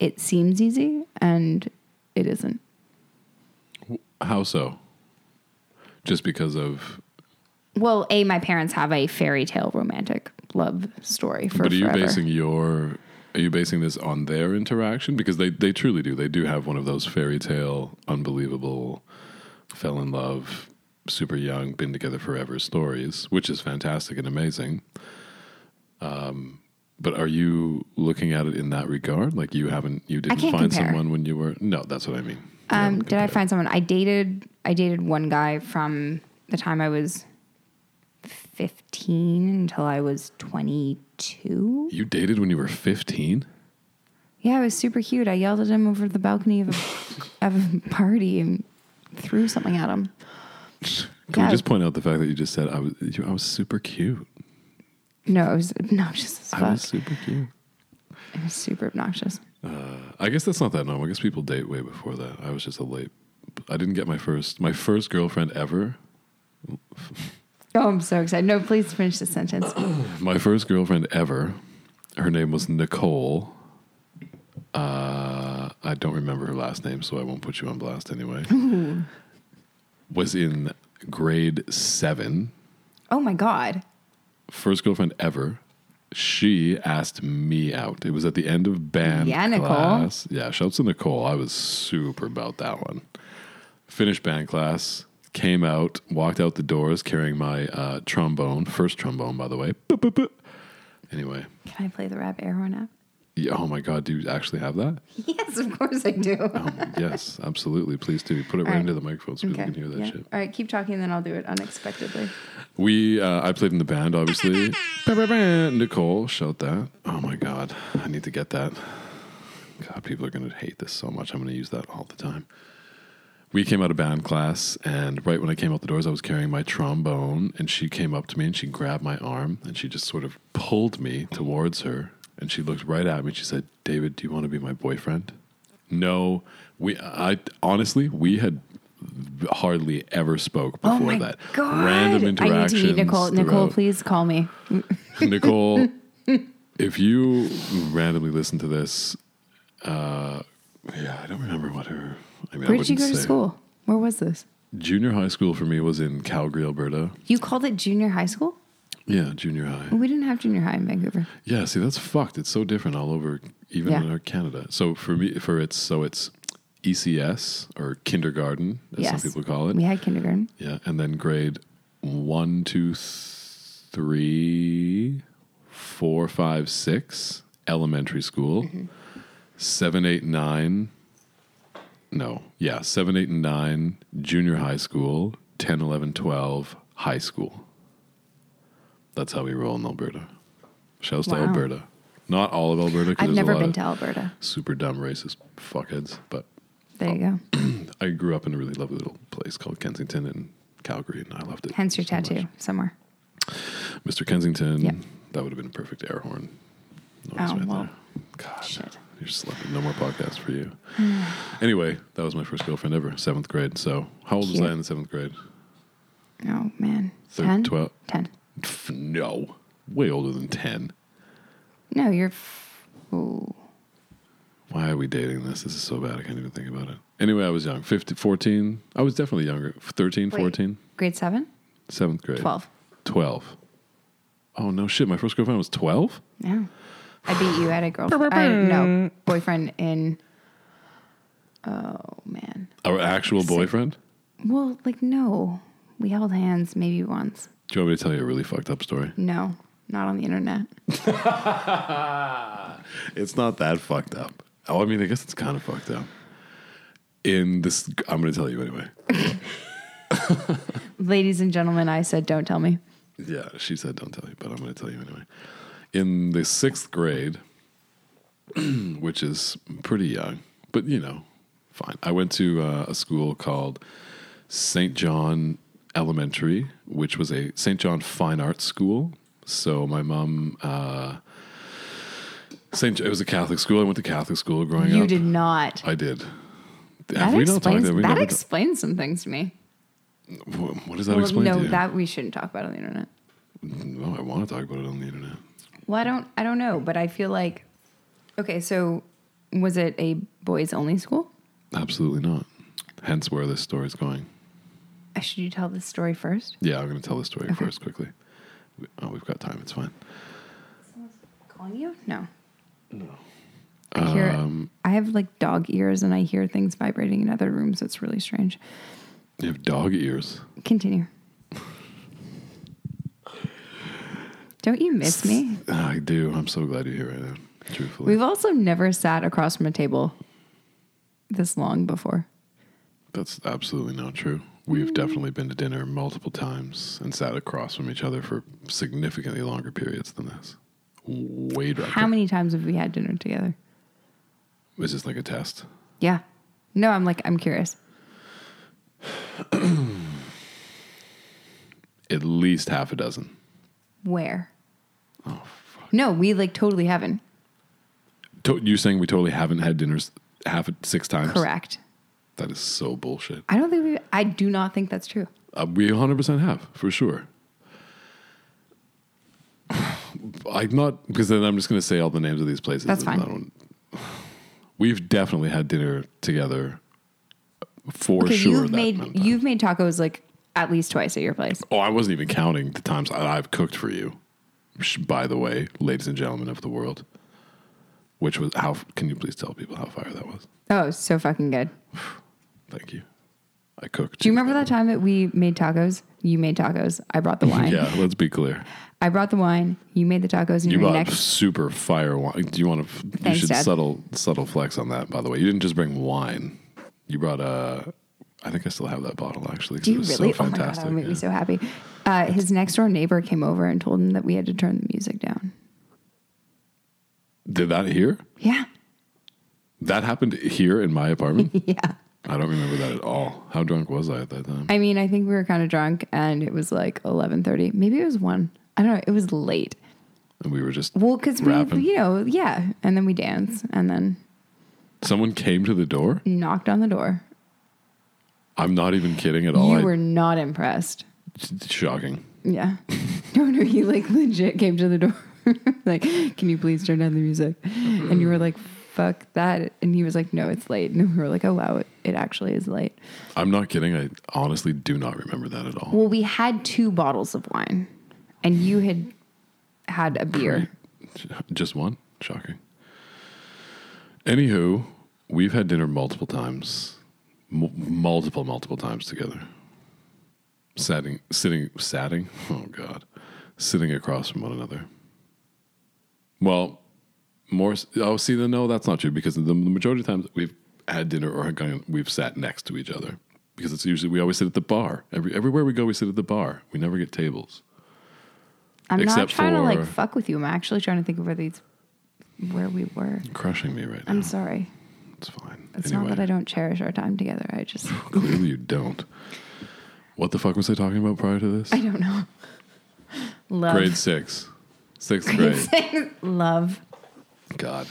[SPEAKER 4] it seems easy and it isn't.
[SPEAKER 3] How so? Just because of
[SPEAKER 4] Well, A, my parents have a fairy tale romantic love story for
[SPEAKER 3] But are you
[SPEAKER 4] forever.
[SPEAKER 3] basing your are you basing this on their interaction? Because they, they truly do. They do have one of those fairy tale, unbelievable, fell in love, super young, been together forever stories, which is fantastic and amazing. Um, but are you looking at it in that regard? Like you haven't, you didn't
[SPEAKER 4] can't
[SPEAKER 3] find
[SPEAKER 4] compare.
[SPEAKER 3] someone when you were. No, that's what I mean. You
[SPEAKER 4] Um,
[SPEAKER 3] haven't
[SPEAKER 4] did I
[SPEAKER 3] compared.
[SPEAKER 4] find someone? I dated. I dated one guy from the time I was fifteen until I was twenty-two.
[SPEAKER 3] You dated when you were fifteen.
[SPEAKER 4] Yeah, it was super cute. I yelled at him over the balcony of
[SPEAKER 3] [LAUGHS]
[SPEAKER 4] a, of a party and threw something at him.
[SPEAKER 3] Can
[SPEAKER 4] Yeah.
[SPEAKER 3] we just point out the fact that you just said I was, you, I was super cute.
[SPEAKER 4] No, it was obnoxious as fuck.
[SPEAKER 3] I was super cute.
[SPEAKER 4] it was super obnoxious.
[SPEAKER 3] I guess that's not that normal. I guess people date way before that. I was just a late. I didn't get my first my first girlfriend ever.
[SPEAKER 4] Oh, I'm so excited. No, please finish the sentence.
[SPEAKER 3] My first girlfriend ever. Her name was Nicole. Uh, I don't remember her last name, so I won't put you on blast anyway. was in grade seven.
[SPEAKER 4] Oh my god.
[SPEAKER 3] First girlfriend ever. She asked me out. It was at the end of band
[SPEAKER 4] Yeah, Nicole.
[SPEAKER 3] class. Yeah, shouts to Nicole. I was super about that one. Finished band class, came out, walked out the doors carrying my uh, trombone, first trombone, by the way. Boop, boop, boop. Anyway,
[SPEAKER 4] Can I play the Rab Airhorn app? [LAUGHS]
[SPEAKER 3] Yeah, oh my God, do you actually have that?
[SPEAKER 4] Yes, of course I do.
[SPEAKER 3] Um, yes, absolutely. Please do. Put it right,
[SPEAKER 4] right.
[SPEAKER 3] into the microphone so people can hear that
[SPEAKER 4] yeah.
[SPEAKER 3] shit.
[SPEAKER 4] All right, keep talking, then I'll do it unexpectedly.
[SPEAKER 3] We, uh, I played in the band,
[SPEAKER 4] [LAUGHS]
[SPEAKER 3] obviously. Ba, ba, ba. Nicole, shout that. Oh my God, I need to get that. God, people are going to hate this so much. I'm going to use that all the time. We came out of band class, and right when I came out the doors, I was carrying my trombone, and she came up to me and she grabbed my arm and she just sort of pulled me towards her. And she looked right at me. She said, "David, do you want to be my boyfriend?" No, we. I honestly, we had hardly ever spoke before
[SPEAKER 4] oh my
[SPEAKER 3] that.
[SPEAKER 4] god.
[SPEAKER 3] Random interactions.
[SPEAKER 4] I need to meet Nicole. Nicole,
[SPEAKER 3] throughout.
[SPEAKER 4] please call me.
[SPEAKER 3] Nicole, if you randomly listen to this, uh, yeah, I don't remember what her. I mean, I
[SPEAKER 4] Where did you
[SPEAKER 3] wouldn't
[SPEAKER 4] go to
[SPEAKER 3] say-
[SPEAKER 4] school? Where was this?
[SPEAKER 3] Junior high school for me was in Calgary, Alberta.
[SPEAKER 4] You called it junior high school?
[SPEAKER 3] Yeah, junior high.
[SPEAKER 4] We didn't have junior high in Vancouver.
[SPEAKER 3] Yeah, see, that's fucked. It's so different all over, even
[SPEAKER 4] Yeah.
[SPEAKER 3] in our Canada. So for me, for it's so it's ECS or kindergarten, as some
[SPEAKER 4] yes.
[SPEAKER 3] people call it.
[SPEAKER 4] We had kindergarten.
[SPEAKER 3] Yeah, and then grade one, two, three, four, five, six, elementary school,
[SPEAKER 4] Mm-hmm.
[SPEAKER 3] seven, eight, nine. No, yeah, seven, eight, and nine, junior high school, 10, 11, 12, high school. That's how we roll in Alberta. Shouts to
[SPEAKER 4] Wow.
[SPEAKER 3] Alberta. Not all of Alberta. 'cause
[SPEAKER 4] I've
[SPEAKER 3] there's a
[SPEAKER 4] never
[SPEAKER 3] lot
[SPEAKER 4] been
[SPEAKER 3] of
[SPEAKER 4] to Alberta.
[SPEAKER 3] super dumb racist fuckheads, but
[SPEAKER 4] There you
[SPEAKER 3] Oh,
[SPEAKER 4] go.
[SPEAKER 3] [CLEARS THROAT] I grew up in a really lovely little place called Kensington in Calgary, and I loved it.
[SPEAKER 4] Hence your
[SPEAKER 3] so much.
[SPEAKER 4] tattoo somewhere.
[SPEAKER 3] Mr. Kensington.
[SPEAKER 4] Yep.
[SPEAKER 3] That would have been a perfect air horn.
[SPEAKER 4] Oh, well,
[SPEAKER 3] there. God,
[SPEAKER 4] shit.
[SPEAKER 3] you're slipping. No more podcast for
[SPEAKER 4] [SIGHS]
[SPEAKER 3] you. anyway, that was my first girlfriend ever, seventh grade. So, how old was
[SPEAKER 4] Cute.
[SPEAKER 3] I in the seventh grade?
[SPEAKER 4] Oh man.
[SPEAKER 3] Thir-
[SPEAKER 4] 10?
[SPEAKER 3] twelve.
[SPEAKER 4] 10.
[SPEAKER 3] Pff, No, way older than ten.
[SPEAKER 4] No, you're f- ooh.
[SPEAKER 3] Why are we dating this? This is so bad. I can't even think about it. Anyway, I was young. 50, 14. I was definitely younger. 13,
[SPEAKER 4] Wait.
[SPEAKER 3] 14,
[SPEAKER 4] grade 7?
[SPEAKER 3] seventh grade.
[SPEAKER 4] 12.
[SPEAKER 3] 12. Oh, no shit. My first girlfriend was 12?
[SPEAKER 4] Yeah. I beat you at a girlfriend. I, no, boyfriend in. Oh, man.
[SPEAKER 3] Our actual boyfriend?
[SPEAKER 4] Well, like, no. We held hands maybe once.
[SPEAKER 3] Do you want me to tell you a really fucked up story?
[SPEAKER 4] No, not on the internet.
[SPEAKER 3] It's not that fucked up. Oh, I mean, I guess it's kind of fucked up. In this, I'm going to tell you anyway.
[SPEAKER 4] Ladies and gentlemen, I said, don't tell me.
[SPEAKER 3] Yeah, she said don't tell you, but I'm going to tell you anyway. In the sixth grade, [CLEARS THROAT] which is pretty young, but you know, fine. I went to uh, a school called St. John Elementary, which was a St. John Fine Arts School. So my mom, uh, St. Jo- it was a Catholic school. I went to Catholic school growing
[SPEAKER 4] You
[SPEAKER 3] up.
[SPEAKER 4] did not.
[SPEAKER 3] I did.
[SPEAKER 4] That
[SPEAKER 3] we not talked
[SPEAKER 4] explains,
[SPEAKER 3] that? We
[SPEAKER 4] that
[SPEAKER 3] never
[SPEAKER 4] explains some things to me.
[SPEAKER 3] ta- Wh- what does that
[SPEAKER 4] Well,
[SPEAKER 3] explain
[SPEAKER 4] no,
[SPEAKER 3] to you?
[SPEAKER 4] that we shouldn't talk about on the internet.
[SPEAKER 3] no, I want to talk about it on the internet.
[SPEAKER 4] Well, I don't, I don't know, but I feel like, okay, so was it a boys only school?
[SPEAKER 3] Absolutely not. Hence where this story is going.
[SPEAKER 4] Uh, Should you tell this story first?
[SPEAKER 3] Yeah, I'm going to tell the story first quickly. We, oh, we've got time. It's fine.
[SPEAKER 4] calling you? No. No. I
[SPEAKER 3] Um,
[SPEAKER 4] hear I have like dog ears and I hear things vibrating in other rooms. It's really strange.
[SPEAKER 3] You have dog ears. [LAUGHS]
[SPEAKER 4] Continue. Don't you miss me?
[SPEAKER 3] Ah, I do. I'm so glad you're here right now. Truthfully,
[SPEAKER 4] We've also never sat across from a table this long before.
[SPEAKER 3] that's absolutely not true.
[SPEAKER 4] Mm.
[SPEAKER 3] We've definitely been to dinner multiple times and sat across from each other for significantly longer periods than this. Way back.
[SPEAKER 4] How many times have we had dinner together?
[SPEAKER 3] Is this like a test?
[SPEAKER 4] Yeah. No, I'm like, I'm curious.
[SPEAKER 3] At least half a dozen.
[SPEAKER 4] Where? Oh, fuck. No, we like totally haven't.
[SPEAKER 3] To- you're saying we totally haven't had dinners half six times?
[SPEAKER 4] Correct.
[SPEAKER 3] That is so bullshit.
[SPEAKER 4] I don't think we, I do not think that's true.
[SPEAKER 3] Uh, we 100% have, for sure. I'm not, because then I'm just going to say all the names of these places.
[SPEAKER 4] That's
[SPEAKER 3] and
[SPEAKER 4] fine.
[SPEAKER 3] I don't- we've definitely had dinner together for
[SPEAKER 4] Because
[SPEAKER 3] sure.
[SPEAKER 4] you've
[SPEAKER 3] that
[SPEAKER 4] made,
[SPEAKER 3] amount of time.
[SPEAKER 4] you've made tacos like at least twice at your place.
[SPEAKER 3] oh, I wasn't even counting the times I, I've cooked for you, Sh- by the way, ladies and gentlemen of the world. Which was how, can you please tell people how fire that was?
[SPEAKER 4] Oh, so fucking good.
[SPEAKER 3] Thank you. I cooked.
[SPEAKER 4] Do you remember that time that we made tacos? You made tacos.
[SPEAKER 3] [LAUGHS]
[SPEAKER 4] I brought the wine.
[SPEAKER 3] Yeah, let's be clear.
[SPEAKER 4] I brought the wine. You made the tacos.
[SPEAKER 3] You
[SPEAKER 4] And your
[SPEAKER 3] bought
[SPEAKER 4] next
[SPEAKER 3] super fire wine. Do you want to? You
[SPEAKER 4] Thanks,
[SPEAKER 3] should
[SPEAKER 4] Dad.
[SPEAKER 3] subtle subtle flex on that. By the way, you didn't just bring wine. You brought Uh, I think I still have that bottle actually. 'cause
[SPEAKER 4] Do
[SPEAKER 3] it
[SPEAKER 4] you
[SPEAKER 3] was
[SPEAKER 4] really?
[SPEAKER 3] So
[SPEAKER 4] oh my god,
[SPEAKER 3] fantastic.
[SPEAKER 4] that would make
[SPEAKER 3] yeah.
[SPEAKER 4] me so happy. Uh, his next door neighbor came over and told him that we had to turn the music down.
[SPEAKER 3] Did that here?
[SPEAKER 4] Yeah,
[SPEAKER 3] That happened here in my
[SPEAKER 4] [LAUGHS]
[SPEAKER 3] apartment. yeah. I don't remember that at all. How drunk was I at that time?
[SPEAKER 4] I mean, I think we were kind of drunk, and it was like eleven thirty. Maybe it was one. I don't know. It was late.
[SPEAKER 3] And we were just
[SPEAKER 4] Well, because we,
[SPEAKER 3] Rapping.
[SPEAKER 4] you know, yeah. And then we danced, and then
[SPEAKER 3] someone came to the door.
[SPEAKER 4] knocked on the door.
[SPEAKER 3] I'm not even kidding at all.
[SPEAKER 4] you
[SPEAKER 3] Oh, I-
[SPEAKER 4] were not impressed.
[SPEAKER 3] shocking.
[SPEAKER 4] Yeah. [LAUGHS] No, no, you like legit came to the door. [LAUGHS] like, can you please turn down the music? And you were like, fuck that. And he was like, no, it's late. And we were like, oh, wow, it, it actually is late.
[SPEAKER 3] I'm not kidding. I honestly do not remember that at all.
[SPEAKER 4] Well, we had two bottles of wine and you had had a beer.
[SPEAKER 3] Just one? Shocking. Anywho, we've had dinner multiple times, M- multiple, multiple times together. Sitting, sitting, satting. Oh God, sitting across from one another. Well, more. s- Oh, see, then no, that's not true because the, the majority of times that we've had dinner or had gone, we've sat next to each other because it's usually we always sit at the bar. Every, everywhere we go, we sit at the bar. We never get tables.
[SPEAKER 4] I'm not
[SPEAKER 3] Except
[SPEAKER 4] trying to
[SPEAKER 3] for-
[SPEAKER 4] like fuck with you. I'm actually trying to think of where these, where we were.
[SPEAKER 3] Crushing me right now.
[SPEAKER 4] I'm sorry.
[SPEAKER 3] it's fine.
[SPEAKER 4] It's not that I don't cherish our time together. I just,
[SPEAKER 3] Clearly you don't. What the fuck was I talking about prior to this?
[SPEAKER 4] I don't know. [LAUGHS] Love.
[SPEAKER 3] Grade six. Sixth
[SPEAKER 4] Grade
[SPEAKER 3] grade.
[SPEAKER 4] six. Love.
[SPEAKER 3] God.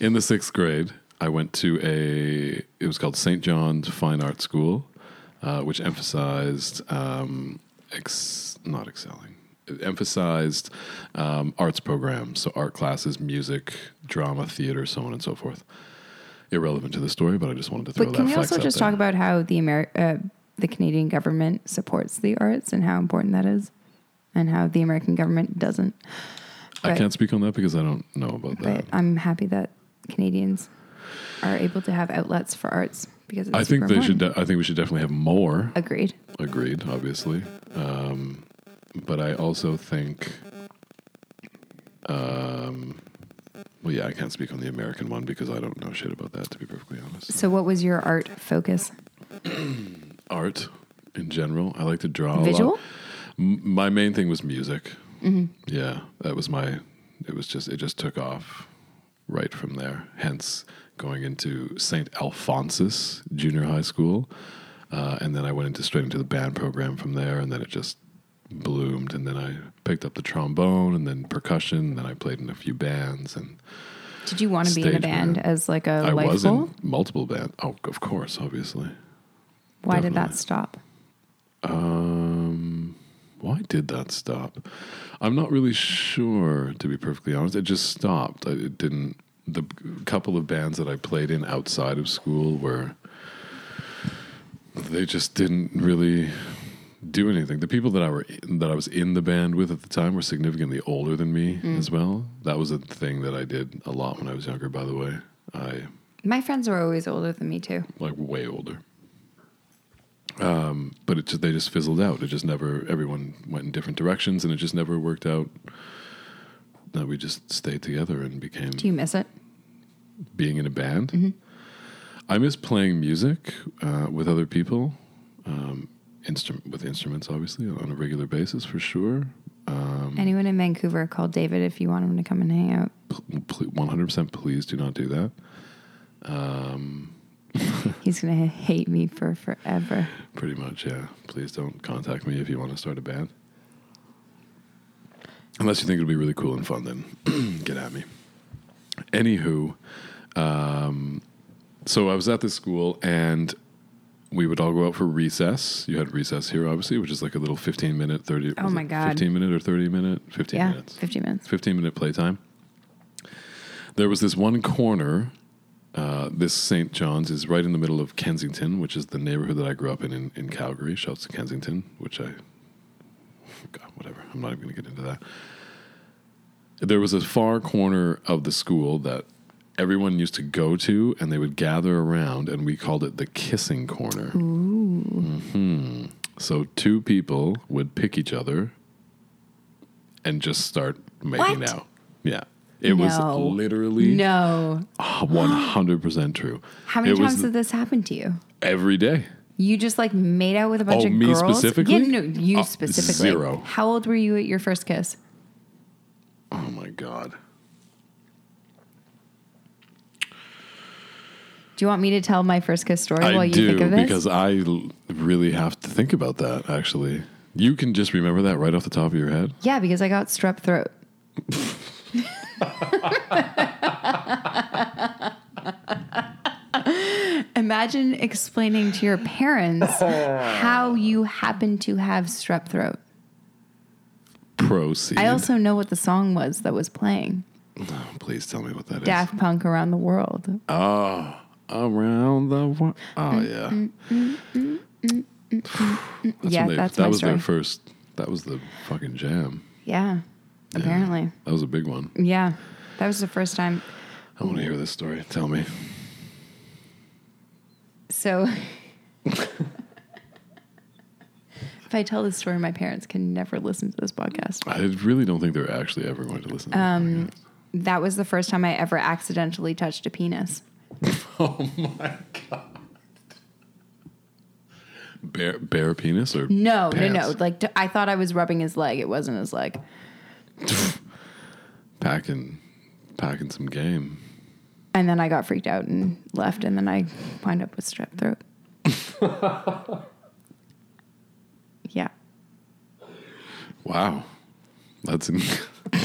[SPEAKER 3] In the sixth grade, I went to a, it was called St. John's Fine Art School, uh, which emphasized, um, ex, not excelling, it emphasized um, arts programs. So art classes, music, drama, theater, so on and so forth. Irrelevant to the story, but I just wanted to throw
[SPEAKER 4] But
[SPEAKER 3] that
[SPEAKER 4] can we
[SPEAKER 3] flex
[SPEAKER 4] also
[SPEAKER 3] out
[SPEAKER 4] just
[SPEAKER 3] there.
[SPEAKER 4] talk about how the Ameri- uh, the Canadian government supports the arts and how important that is, and how the American government doesn't?
[SPEAKER 3] I
[SPEAKER 4] but-
[SPEAKER 3] can't speak on that because I don't know about that.
[SPEAKER 4] But I'm happy that Canadians are able to have outlets for arts because it's
[SPEAKER 3] I think
[SPEAKER 4] super
[SPEAKER 3] they should.
[SPEAKER 4] important.
[SPEAKER 3] De- I think we should definitely have more.
[SPEAKER 4] Agreed.
[SPEAKER 3] Agreed, obviously. Um, but I also think, um, well, yeah, I can't speak on the American one because I don't know shit about that. To be perfectly honest,
[SPEAKER 4] So, what was your art focus?
[SPEAKER 3] art in general, I like to draw. A
[SPEAKER 4] Visual?
[SPEAKER 3] lot. M- my main thing was music.
[SPEAKER 4] Mm-hmm.
[SPEAKER 3] Yeah, that was my. It was just. It just took off right from there. Hence, going into Saint Alphonsus Junior High School, uh, and then I went into straight into the band program from there, and then it just bloomed. And then I picked up the trombone, and then percussion. And then I played in a few bands, and
[SPEAKER 4] Did you want to be in a
[SPEAKER 3] Stage
[SPEAKER 4] band
[SPEAKER 3] band.
[SPEAKER 4] as like a
[SPEAKER 3] I
[SPEAKER 4] life
[SPEAKER 3] was
[SPEAKER 4] goal?
[SPEAKER 3] in multiple bands. Oh, of course, obviously.
[SPEAKER 4] Why did
[SPEAKER 3] definitely.
[SPEAKER 4] that stop?
[SPEAKER 3] Um, why did that stop? I'm not really sure, to be perfectly honest. It just stopped. I, it didn't. The b- couple of bands that I played in outside of school were. They just didn't really do anything. The people that I were that I was in the band with at the time were significantly older than me as well. That was a thing that I did a lot when I was younger. By the way, I
[SPEAKER 4] My friends were always older than me too.
[SPEAKER 3] like way older. Um, but it just, they just fizzled out. It just never. Everyone went in different directions, and it just never worked out. That we just stayed together and became
[SPEAKER 4] Do you Mm-hmm. miss it?
[SPEAKER 3] being in a band. I miss playing music uh, with other people, um, instrument with instruments, obviously on a regular basis for sure. Um,
[SPEAKER 4] Anyone in Vancouver, call David if you want him to come and hang out.
[SPEAKER 3] One hundred percent. Please do not do that.
[SPEAKER 4] He's gonna hate me for forever.
[SPEAKER 3] Pretty much, yeah. Please don't contact me if you want to start a band. Unless you think it'll be really cool and fun, then [CLEARS THROAT] get at me. Anywho, um, so I was at this school and we would all go out for recess. You had recess here, obviously, which is like a little 15 minute, 30
[SPEAKER 4] Oh
[SPEAKER 3] was
[SPEAKER 4] my
[SPEAKER 3] it
[SPEAKER 4] God.
[SPEAKER 3] 15 minute or 30 minute? 15
[SPEAKER 4] yeah,
[SPEAKER 3] minutes.
[SPEAKER 4] 15 minutes.
[SPEAKER 3] 15 minute playtime. There was this one corner. Uh, this St. John's is right in the middle of Kensington, which is the neighborhood that I grew up in in, in Calgary. Shouts to Kensington, which I. God, whatever. I'm not even going to get into that. There was a far corner of the school that everyone used to go to, and they would gather around, and we called it the kissing corner. Ooh. hmm So two people would pick each other and just start making
[SPEAKER 4] What?
[SPEAKER 3] out. Yeah. It
[SPEAKER 4] No.
[SPEAKER 3] was literally
[SPEAKER 4] No. [GASPS]
[SPEAKER 3] one hundred percent true.
[SPEAKER 4] How many
[SPEAKER 3] it
[SPEAKER 4] times
[SPEAKER 3] was
[SPEAKER 4] did this happen to you?
[SPEAKER 3] every day?
[SPEAKER 4] You just like made out with a bunch
[SPEAKER 3] Oh,
[SPEAKER 4] of
[SPEAKER 3] me
[SPEAKER 4] girls.
[SPEAKER 3] specifically?
[SPEAKER 4] Yeah, no, you
[SPEAKER 3] Uh,
[SPEAKER 4] specifically.
[SPEAKER 3] zero.
[SPEAKER 4] How old were you at your first kiss?
[SPEAKER 3] Oh my god!
[SPEAKER 4] Do you want me to tell my first kiss story while
[SPEAKER 3] I
[SPEAKER 4] you
[SPEAKER 3] do
[SPEAKER 4] think of this?
[SPEAKER 3] because I l- really have to think about that. Actually, you can just remember that right off the top of your head.
[SPEAKER 4] yeah, because I got
[SPEAKER 3] [LAUGHS]
[SPEAKER 4] strep throat. Imagine explaining to your
[SPEAKER 3] [LAUGHS]
[SPEAKER 4] parents how you happen to have strep throat.
[SPEAKER 3] Proceed.
[SPEAKER 4] I also know what the song was that was playing.
[SPEAKER 3] Please tell me what that is. Oh,
[SPEAKER 4] Daft Punk around the world.
[SPEAKER 3] Around the world.
[SPEAKER 4] Mm-hmm.
[SPEAKER 3] Oh yeah. That's
[SPEAKER 4] yeah,
[SPEAKER 3] when they-
[SPEAKER 4] that's
[SPEAKER 3] that
[SPEAKER 4] my
[SPEAKER 3] was
[SPEAKER 4] story.
[SPEAKER 3] their first. That was the fucking jam.
[SPEAKER 4] yeah, apparently.
[SPEAKER 3] That was a big one.
[SPEAKER 4] Yeah, that was the first time.
[SPEAKER 3] I want to hear this story. Tell me.
[SPEAKER 4] So, [LAUGHS] if I tell this story, my parents can never listen to this podcast.
[SPEAKER 3] I really don't think they're actually ever going to listen. To um,
[SPEAKER 4] That was the first time I ever accidentally touched a penis.
[SPEAKER 3] bare, bare penis or
[SPEAKER 4] No, no, no.
[SPEAKER 3] Pants.
[SPEAKER 4] Like, t- I thought I was rubbing his leg. It wasn't his leg.
[SPEAKER 3] packing packing some game.
[SPEAKER 4] And then I got freaked out and left. And then I wind up with strep throat. yeah. [LAUGHS]
[SPEAKER 3] Wow, that's in- [LAUGHS]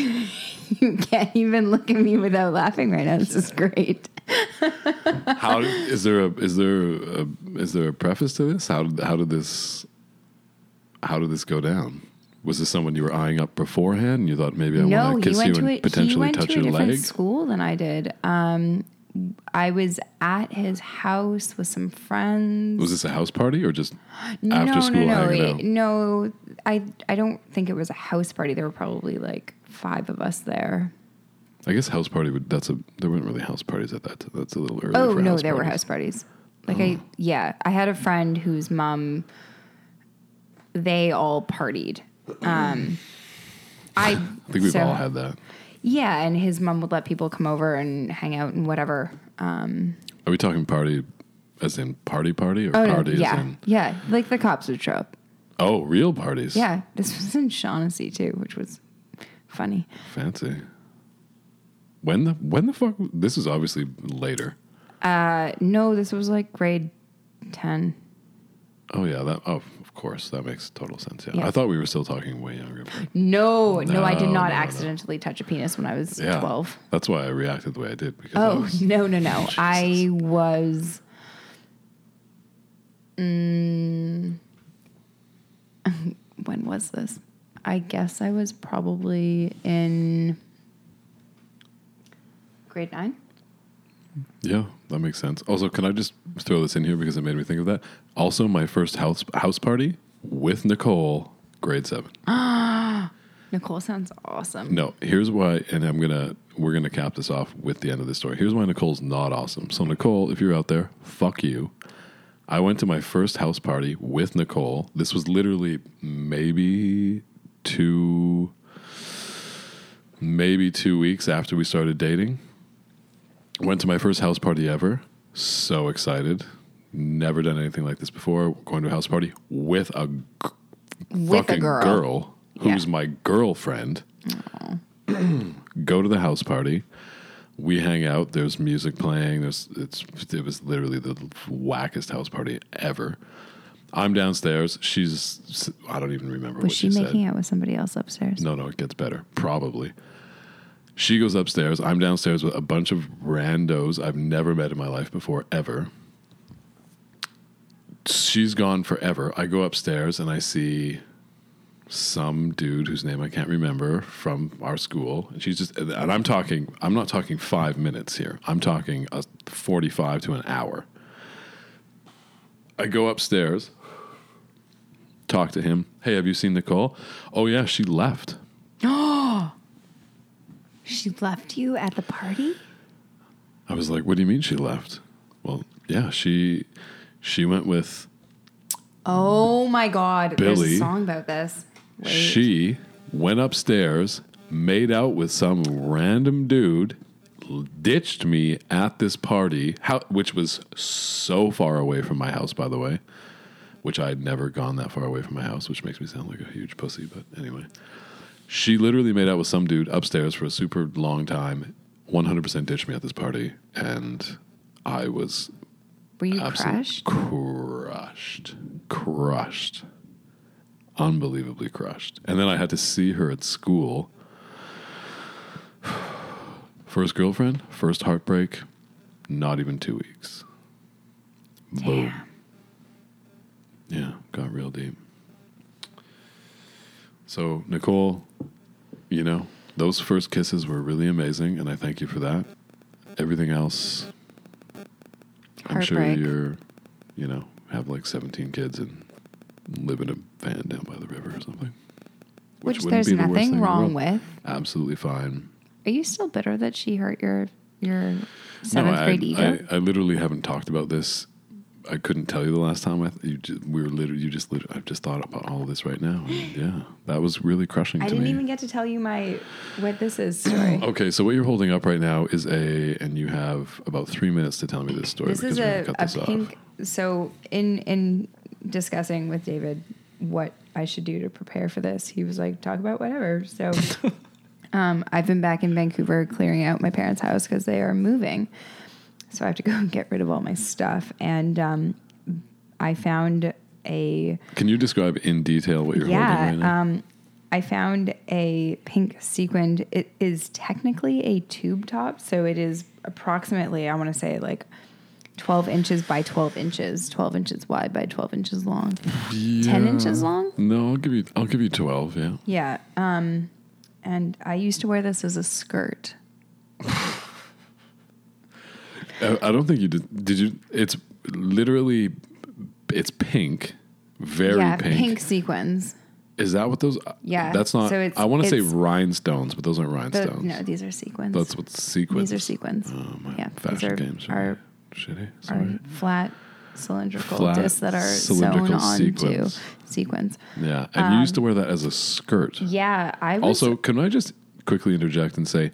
[SPEAKER 4] You can't even look at me without laughing right now. This is great.
[SPEAKER 3] how is there a is there a is there a preface to this? How did how did this how did this go down? Was this someone you were eyeing up beforehand? and You thought maybe I
[SPEAKER 4] no,
[SPEAKER 3] want to
[SPEAKER 4] he
[SPEAKER 3] kiss you
[SPEAKER 4] went
[SPEAKER 3] and
[SPEAKER 4] to a, he
[SPEAKER 3] potentially
[SPEAKER 4] went
[SPEAKER 3] touch
[SPEAKER 4] to a
[SPEAKER 3] your
[SPEAKER 4] different
[SPEAKER 3] leg.
[SPEAKER 4] school than I did. Um, I was at his house with some friends.
[SPEAKER 3] Was this a house party or just
[SPEAKER 4] no,
[SPEAKER 3] after school
[SPEAKER 4] no, no,
[SPEAKER 3] hanging
[SPEAKER 4] it-
[SPEAKER 3] out?
[SPEAKER 4] no. I I don't think it was a house party. There were probably like five of us there.
[SPEAKER 3] I guess house party would. That's a there weren't really house parties at that. t- That's a little early.
[SPEAKER 4] Oh
[SPEAKER 3] for
[SPEAKER 4] no,
[SPEAKER 3] house
[SPEAKER 4] there were
[SPEAKER 3] parties. Oh.
[SPEAKER 4] house parties. Like I yeah, I had a friend whose mom they all partied. Um,
[SPEAKER 3] [LAUGHS]
[SPEAKER 4] I,
[SPEAKER 3] I think we've
[SPEAKER 4] so-
[SPEAKER 3] all had that.
[SPEAKER 4] Yeah, and his mom would let people come over and hang out and whatever.
[SPEAKER 3] Are we talking party as in party party or
[SPEAKER 4] Oh, no,
[SPEAKER 3] party as
[SPEAKER 4] yeah,
[SPEAKER 3] in
[SPEAKER 4] yeah. Like the cops would show up.
[SPEAKER 3] oh real parties?
[SPEAKER 4] Yeah, this was in Shaughnessy too, which was funny.
[SPEAKER 3] Fancy. When the when the fuck this is obviously later.
[SPEAKER 4] Uh, no, this was like grade ten.
[SPEAKER 3] Oh yeah, that oh of course that makes total sense. Yeah,
[SPEAKER 4] Yeah.
[SPEAKER 3] I thought we were still talking way younger. but
[SPEAKER 4] No, no, I did
[SPEAKER 3] No,
[SPEAKER 4] not
[SPEAKER 3] no, no.
[SPEAKER 4] accidentally touch a penis when I was
[SPEAKER 3] yeah,
[SPEAKER 4] twelve.
[SPEAKER 3] That's why I reacted the way I did because I [LAUGHS]
[SPEAKER 4] Oh
[SPEAKER 3] was-
[SPEAKER 4] no, no, no! I was. Mm, [LAUGHS] when was this? I guess I was probably in grade nine.
[SPEAKER 3] yeah, that makes sense. Also, can I just throw this in here because it made me think of that? Also, my first house house party with Nicole, grade seven.
[SPEAKER 4] Nicole sounds awesome.
[SPEAKER 3] No, here's why, and I'm gonna we're gonna cap this off with the end of the story. Here's why Nicole's not awesome. So Nicole, if you're out there, fuck you. I went to my first house party with Nicole. This was literally maybe two, maybe two weeks after we started dating. Went to my first house party ever. So excited. Never done anything like this before. Going to a house party with a g-
[SPEAKER 4] With a
[SPEAKER 3] fucking
[SPEAKER 4] girl.
[SPEAKER 3] girl
[SPEAKER 4] Yeah.
[SPEAKER 3] who's my girlfriend. [CLEARS THROAT] Go to the house party we hang out. There's music playing. There's it's it was literally the wackest house party ever. I'm downstairs. She's I don't even remember what
[SPEAKER 4] Was she,
[SPEAKER 3] said.
[SPEAKER 4] making out with somebody else upstairs?
[SPEAKER 3] No, no, it gets better. Probably. She goes upstairs. I'm downstairs with a bunch of randos I've never met in my life before, ever. She's gone forever. I go upstairs and I see some dude whose name I can't remember from our school. And she's just, and I'm talking, I'm not talking five minutes here. I'm talking a 45 to an hour. I go upstairs talk to him. Hey, have you seen Nicole? Oh yeah, she left.
[SPEAKER 4] She left you at the party?
[SPEAKER 3] I was like, what do you mean she left? Well, yeah, she she went with
[SPEAKER 4] Oh my God. There's
[SPEAKER 3] Billy.
[SPEAKER 4] a song about this. Wait.
[SPEAKER 3] she went upstairs, made out with some random dude, l- ditched me at this party, how, which was so far away from my house, by the way. Which I had never gone that far away from my house, which makes me sound like a huge pussy, but anyway. She literally made out with some dude upstairs for a super long time, 100% ditched me at this party, and I was
[SPEAKER 4] Were you
[SPEAKER 3] Absolutely
[SPEAKER 4] crushed?
[SPEAKER 3] crushed, crushed, unbelievably crushed. And then I had to see her at school. [SIGHS] First girlfriend, first heartbreak, not even two weeks. Boom. Yeah, got real deep. So, Nicole, you know, those first kisses were really amazing, and I thank you for that. Everything else, I'm sure
[SPEAKER 4] Heartbreak.
[SPEAKER 3] you're, you know, have like 17 kids and live in a van down by the river or something.
[SPEAKER 4] Which,
[SPEAKER 3] wouldn't
[SPEAKER 4] there's
[SPEAKER 3] be the worst thing
[SPEAKER 4] nothing
[SPEAKER 3] in the
[SPEAKER 4] wrong
[SPEAKER 3] world.
[SPEAKER 4] with.
[SPEAKER 3] Absolutely fine.
[SPEAKER 4] Are you still bitter that she hurt your your seventh
[SPEAKER 3] I,
[SPEAKER 4] grade ego?
[SPEAKER 3] I, I literally haven't talked about this. I couldn't tell you the last time I th- you ju- we were literally you just lit- I've just thought about all of this right now. And yeah, that was really crushing
[SPEAKER 4] I
[SPEAKER 3] to
[SPEAKER 4] didn't
[SPEAKER 3] me.
[SPEAKER 4] even get to tell you my what this is story.
[SPEAKER 3] Okay, so what you're holding up right now is a, and you have about three minutes to tell me this story.
[SPEAKER 4] this is
[SPEAKER 3] we're gonna
[SPEAKER 4] a, a pink. So in in discussing with David what I should do to prepare for this, he was like, "Talk about whatever."
[SPEAKER 3] [LAUGHS]
[SPEAKER 4] So. Um, I've been back in Vancouver clearing out my parents' house because they are moving. So I have to go [LAUGHS] and get rid of all my stuff. And um, I found a
[SPEAKER 3] Can you describe in detail what you're
[SPEAKER 4] yeah,
[SPEAKER 3] holding right now?
[SPEAKER 4] um, I found a pink sequined. It is technically a tube top, so it is approximately I want to say like twelve inches by twelve inches, twelve inches wide by twelve inches long. um, ten inches long?
[SPEAKER 3] No, I'll give you. I'll give you twelve. Yeah.
[SPEAKER 4] Yeah, um, and I used to wear this as a skirt.
[SPEAKER 3] Uh, I, I don't think you did. Did you? It's literally, it's pink, very
[SPEAKER 4] yeah,
[SPEAKER 3] pink.
[SPEAKER 4] sequins.
[SPEAKER 3] Is that what those?
[SPEAKER 4] Yeah,
[SPEAKER 3] That's not.
[SPEAKER 4] so it's-
[SPEAKER 3] I want to say
[SPEAKER 4] it's-
[SPEAKER 3] rhinestones, but those aren't
[SPEAKER 4] The-
[SPEAKER 3] rhinestones.
[SPEAKER 4] no, these are sequins.
[SPEAKER 3] That's what sequins.
[SPEAKER 4] these are sequins.
[SPEAKER 3] Oh my
[SPEAKER 4] yeah, these
[SPEAKER 3] fashion
[SPEAKER 4] are,
[SPEAKER 3] games are,
[SPEAKER 4] are,
[SPEAKER 3] shitty.
[SPEAKER 4] are
[SPEAKER 3] Sorry.
[SPEAKER 4] flat cylindrical
[SPEAKER 3] Flat
[SPEAKER 4] discs that are sewn
[SPEAKER 3] cylindrical
[SPEAKER 4] onto
[SPEAKER 3] sequins.
[SPEAKER 4] sequins.
[SPEAKER 3] yeah, and you
[SPEAKER 4] um,
[SPEAKER 3] used to wear that as a skirt.
[SPEAKER 4] Yeah, I was
[SPEAKER 3] Also, can I just quickly interject and say,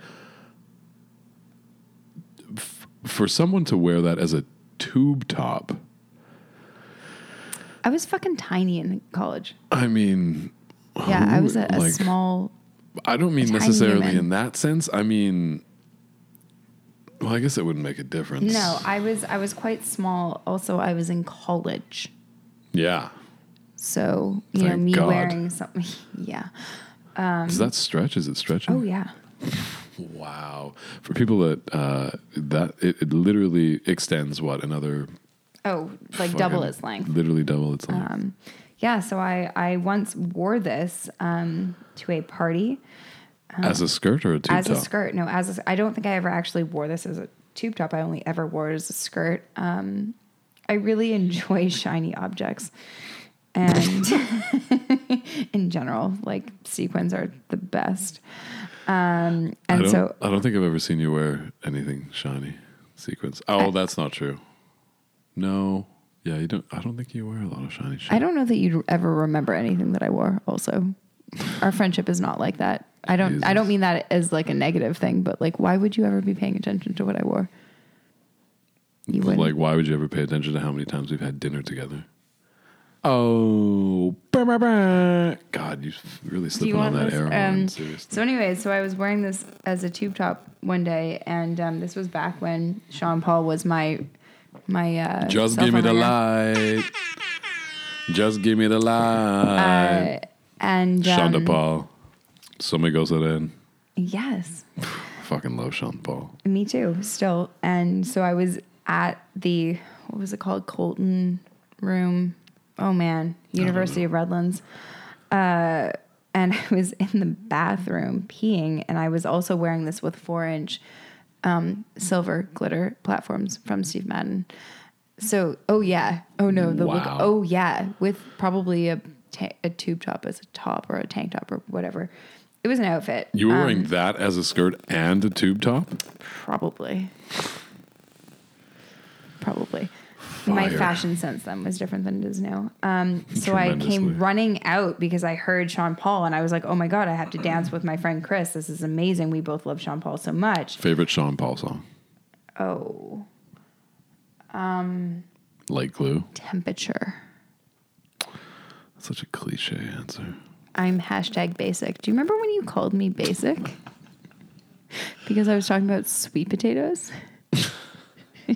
[SPEAKER 3] f- for someone to wear that as a tube top,
[SPEAKER 4] I was fucking tiny in college.
[SPEAKER 3] I mean,
[SPEAKER 4] Yeah, I
[SPEAKER 3] who-
[SPEAKER 4] was a, a
[SPEAKER 3] like,
[SPEAKER 4] small.
[SPEAKER 3] I don't mean
[SPEAKER 4] tiny
[SPEAKER 3] necessarily
[SPEAKER 4] human.
[SPEAKER 3] in that sense. I mean, well, I guess it wouldn't make a difference.
[SPEAKER 4] No, I was I was quite small. Also, I was in college,
[SPEAKER 3] yeah.
[SPEAKER 4] so you know
[SPEAKER 3] Thank
[SPEAKER 4] me
[SPEAKER 3] God.
[SPEAKER 4] wearing something. [LAUGHS] Yeah.
[SPEAKER 3] Does that stretch? Is it stretching?
[SPEAKER 4] Um, Oh yeah.
[SPEAKER 3] Wow. For people that uh, that it, it literally extends what another
[SPEAKER 4] Oh, like double
[SPEAKER 3] fucking-
[SPEAKER 4] its length.
[SPEAKER 3] Literally double its length.
[SPEAKER 4] Yeah. So I I once wore this um, to a party
[SPEAKER 3] as a skirt or a tube
[SPEAKER 4] Um, as
[SPEAKER 3] top?
[SPEAKER 4] a skirt. No, as a, I don't think I ever actually wore this as a tube top. I only ever wore it as a skirt. Um, I really [LAUGHS] enjoy shiny objects, and [LAUGHS] in general, like sequins are the best. Um,
[SPEAKER 3] I
[SPEAKER 4] and
[SPEAKER 3] don't,
[SPEAKER 4] so
[SPEAKER 3] I don't think I've ever seen you wear anything shiny sequins. Oh, that's not true. No. Yeah, you don't. I don't think you wear a lot of shiny shit.
[SPEAKER 4] I don't know that you'd ever remember anything that I wore. Also, our friendship is not like that. I don't. I
[SPEAKER 3] Jesus.
[SPEAKER 4] don't mean that as like a negative thing, but like, why would you ever be paying attention to what I wore? You wouldn't.
[SPEAKER 3] like, why would you ever pay attention to how many times we've had dinner together? Oh, bah, bah, bah. God, you really
[SPEAKER 4] Do
[SPEAKER 3] slipping
[SPEAKER 4] you
[SPEAKER 3] on that
[SPEAKER 4] want this?
[SPEAKER 3] air
[SPEAKER 4] Um,
[SPEAKER 3] horn. Seriously.
[SPEAKER 4] so anyway, so I was wearing this as a tube top one day, and um, this was back when Sean Paul was my my. Uh,
[SPEAKER 3] Just
[SPEAKER 4] cell
[SPEAKER 3] give me
[SPEAKER 4] phone
[SPEAKER 3] the
[SPEAKER 4] ringer.
[SPEAKER 3] light. Just give me the light.
[SPEAKER 4] And um,
[SPEAKER 3] Shonda Paul. Somebody goes that in.
[SPEAKER 4] Yes.
[SPEAKER 3] Fucking love Sean Paul.
[SPEAKER 4] Me too, still. And so I was at the what was it called? Colton room. Oh man, University of Redlands. Uh and [LAUGHS] I was in the bathroom peeing, and I was also wearing this with four inch um, silver glitter platforms from Steve Madden. So, oh yeah, oh no, the look,
[SPEAKER 3] Wow.
[SPEAKER 4] oh yeah, with probably a ta- a tube top as a top or a tank top or whatever. It was an outfit.
[SPEAKER 3] You were
[SPEAKER 4] Um,
[SPEAKER 3] wearing that as a skirt and a tube top?
[SPEAKER 4] Probably. Probably. My
[SPEAKER 3] Fire.
[SPEAKER 4] fashion sense then was different than it is now. Um, so I
[SPEAKER 3] Tremendously.
[SPEAKER 4] came running out because I heard Sean Paul and I was like, oh my God, I have to dance with my friend Chris. This is amazing. We both love Sean Paul so much.
[SPEAKER 3] Favorite Sean Paul song?
[SPEAKER 4] Oh,
[SPEAKER 3] Light Glue.
[SPEAKER 4] temperature.
[SPEAKER 3] That's such a cliche answer.
[SPEAKER 4] I'm hashtag basic. Do you remember when you called me basic? Because I was talking about sweet potatoes. [LAUGHS] I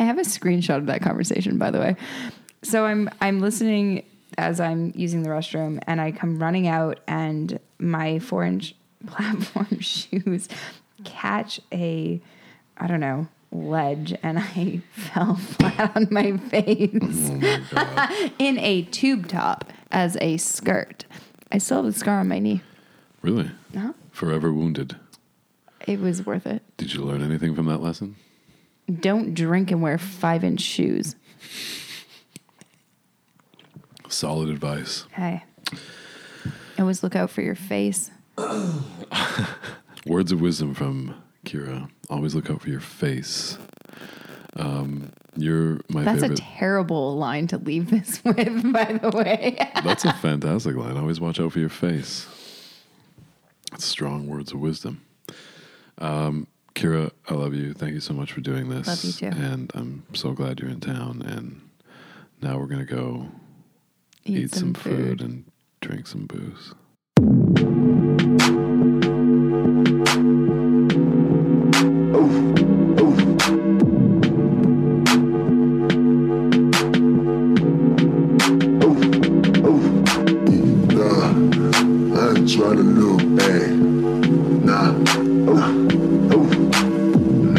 [SPEAKER 4] have a screenshot of that conversation, by the way. So I'm I'm listening as I'm using the restroom, and I come running out, and my four inch [LAUGHS] platform [LAUGHS] shoes catch a I don't know ledge, and I [LAUGHS] fell flat on my face [LAUGHS] in a tube top as a skirt. I still have a scar on my knee.
[SPEAKER 3] Really?
[SPEAKER 4] No,
[SPEAKER 3] Forever wounded.
[SPEAKER 4] it was worth it.
[SPEAKER 3] Did you learn anything from that lesson?
[SPEAKER 4] Don't drink and wear five inch shoes.
[SPEAKER 3] Solid advice.
[SPEAKER 4] Hey, always look out for your face.
[SPEAKER 3] Words of wisdom from Kira. Always look out for your face. Um, you're my
[SPEAKER 4] That's
[SPEAKER 3] favorite.
[SPEAKER 4] a terrible line to leave this [LAUGHS] with, by the way. [LAUGHS]
[SPEAKER 3] That's a fantastic line. Always watch out for your face. That's strong words of wisdom. Um, Kira, I love you. Thank you so much for doing this.
[SPEAKER 4] Love you too.
[SPEAKER 3] And I'm so glad you're in town. And now we're going to go eat, some, food and drink some booze.
[SPEAKER 1] Nah, I ain't trying to look back. Nah, oh, oh,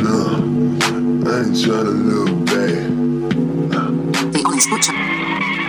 [SPEAKER 1] nah, I ain't trying to look back.
[SPEAKER 2] Te escucha.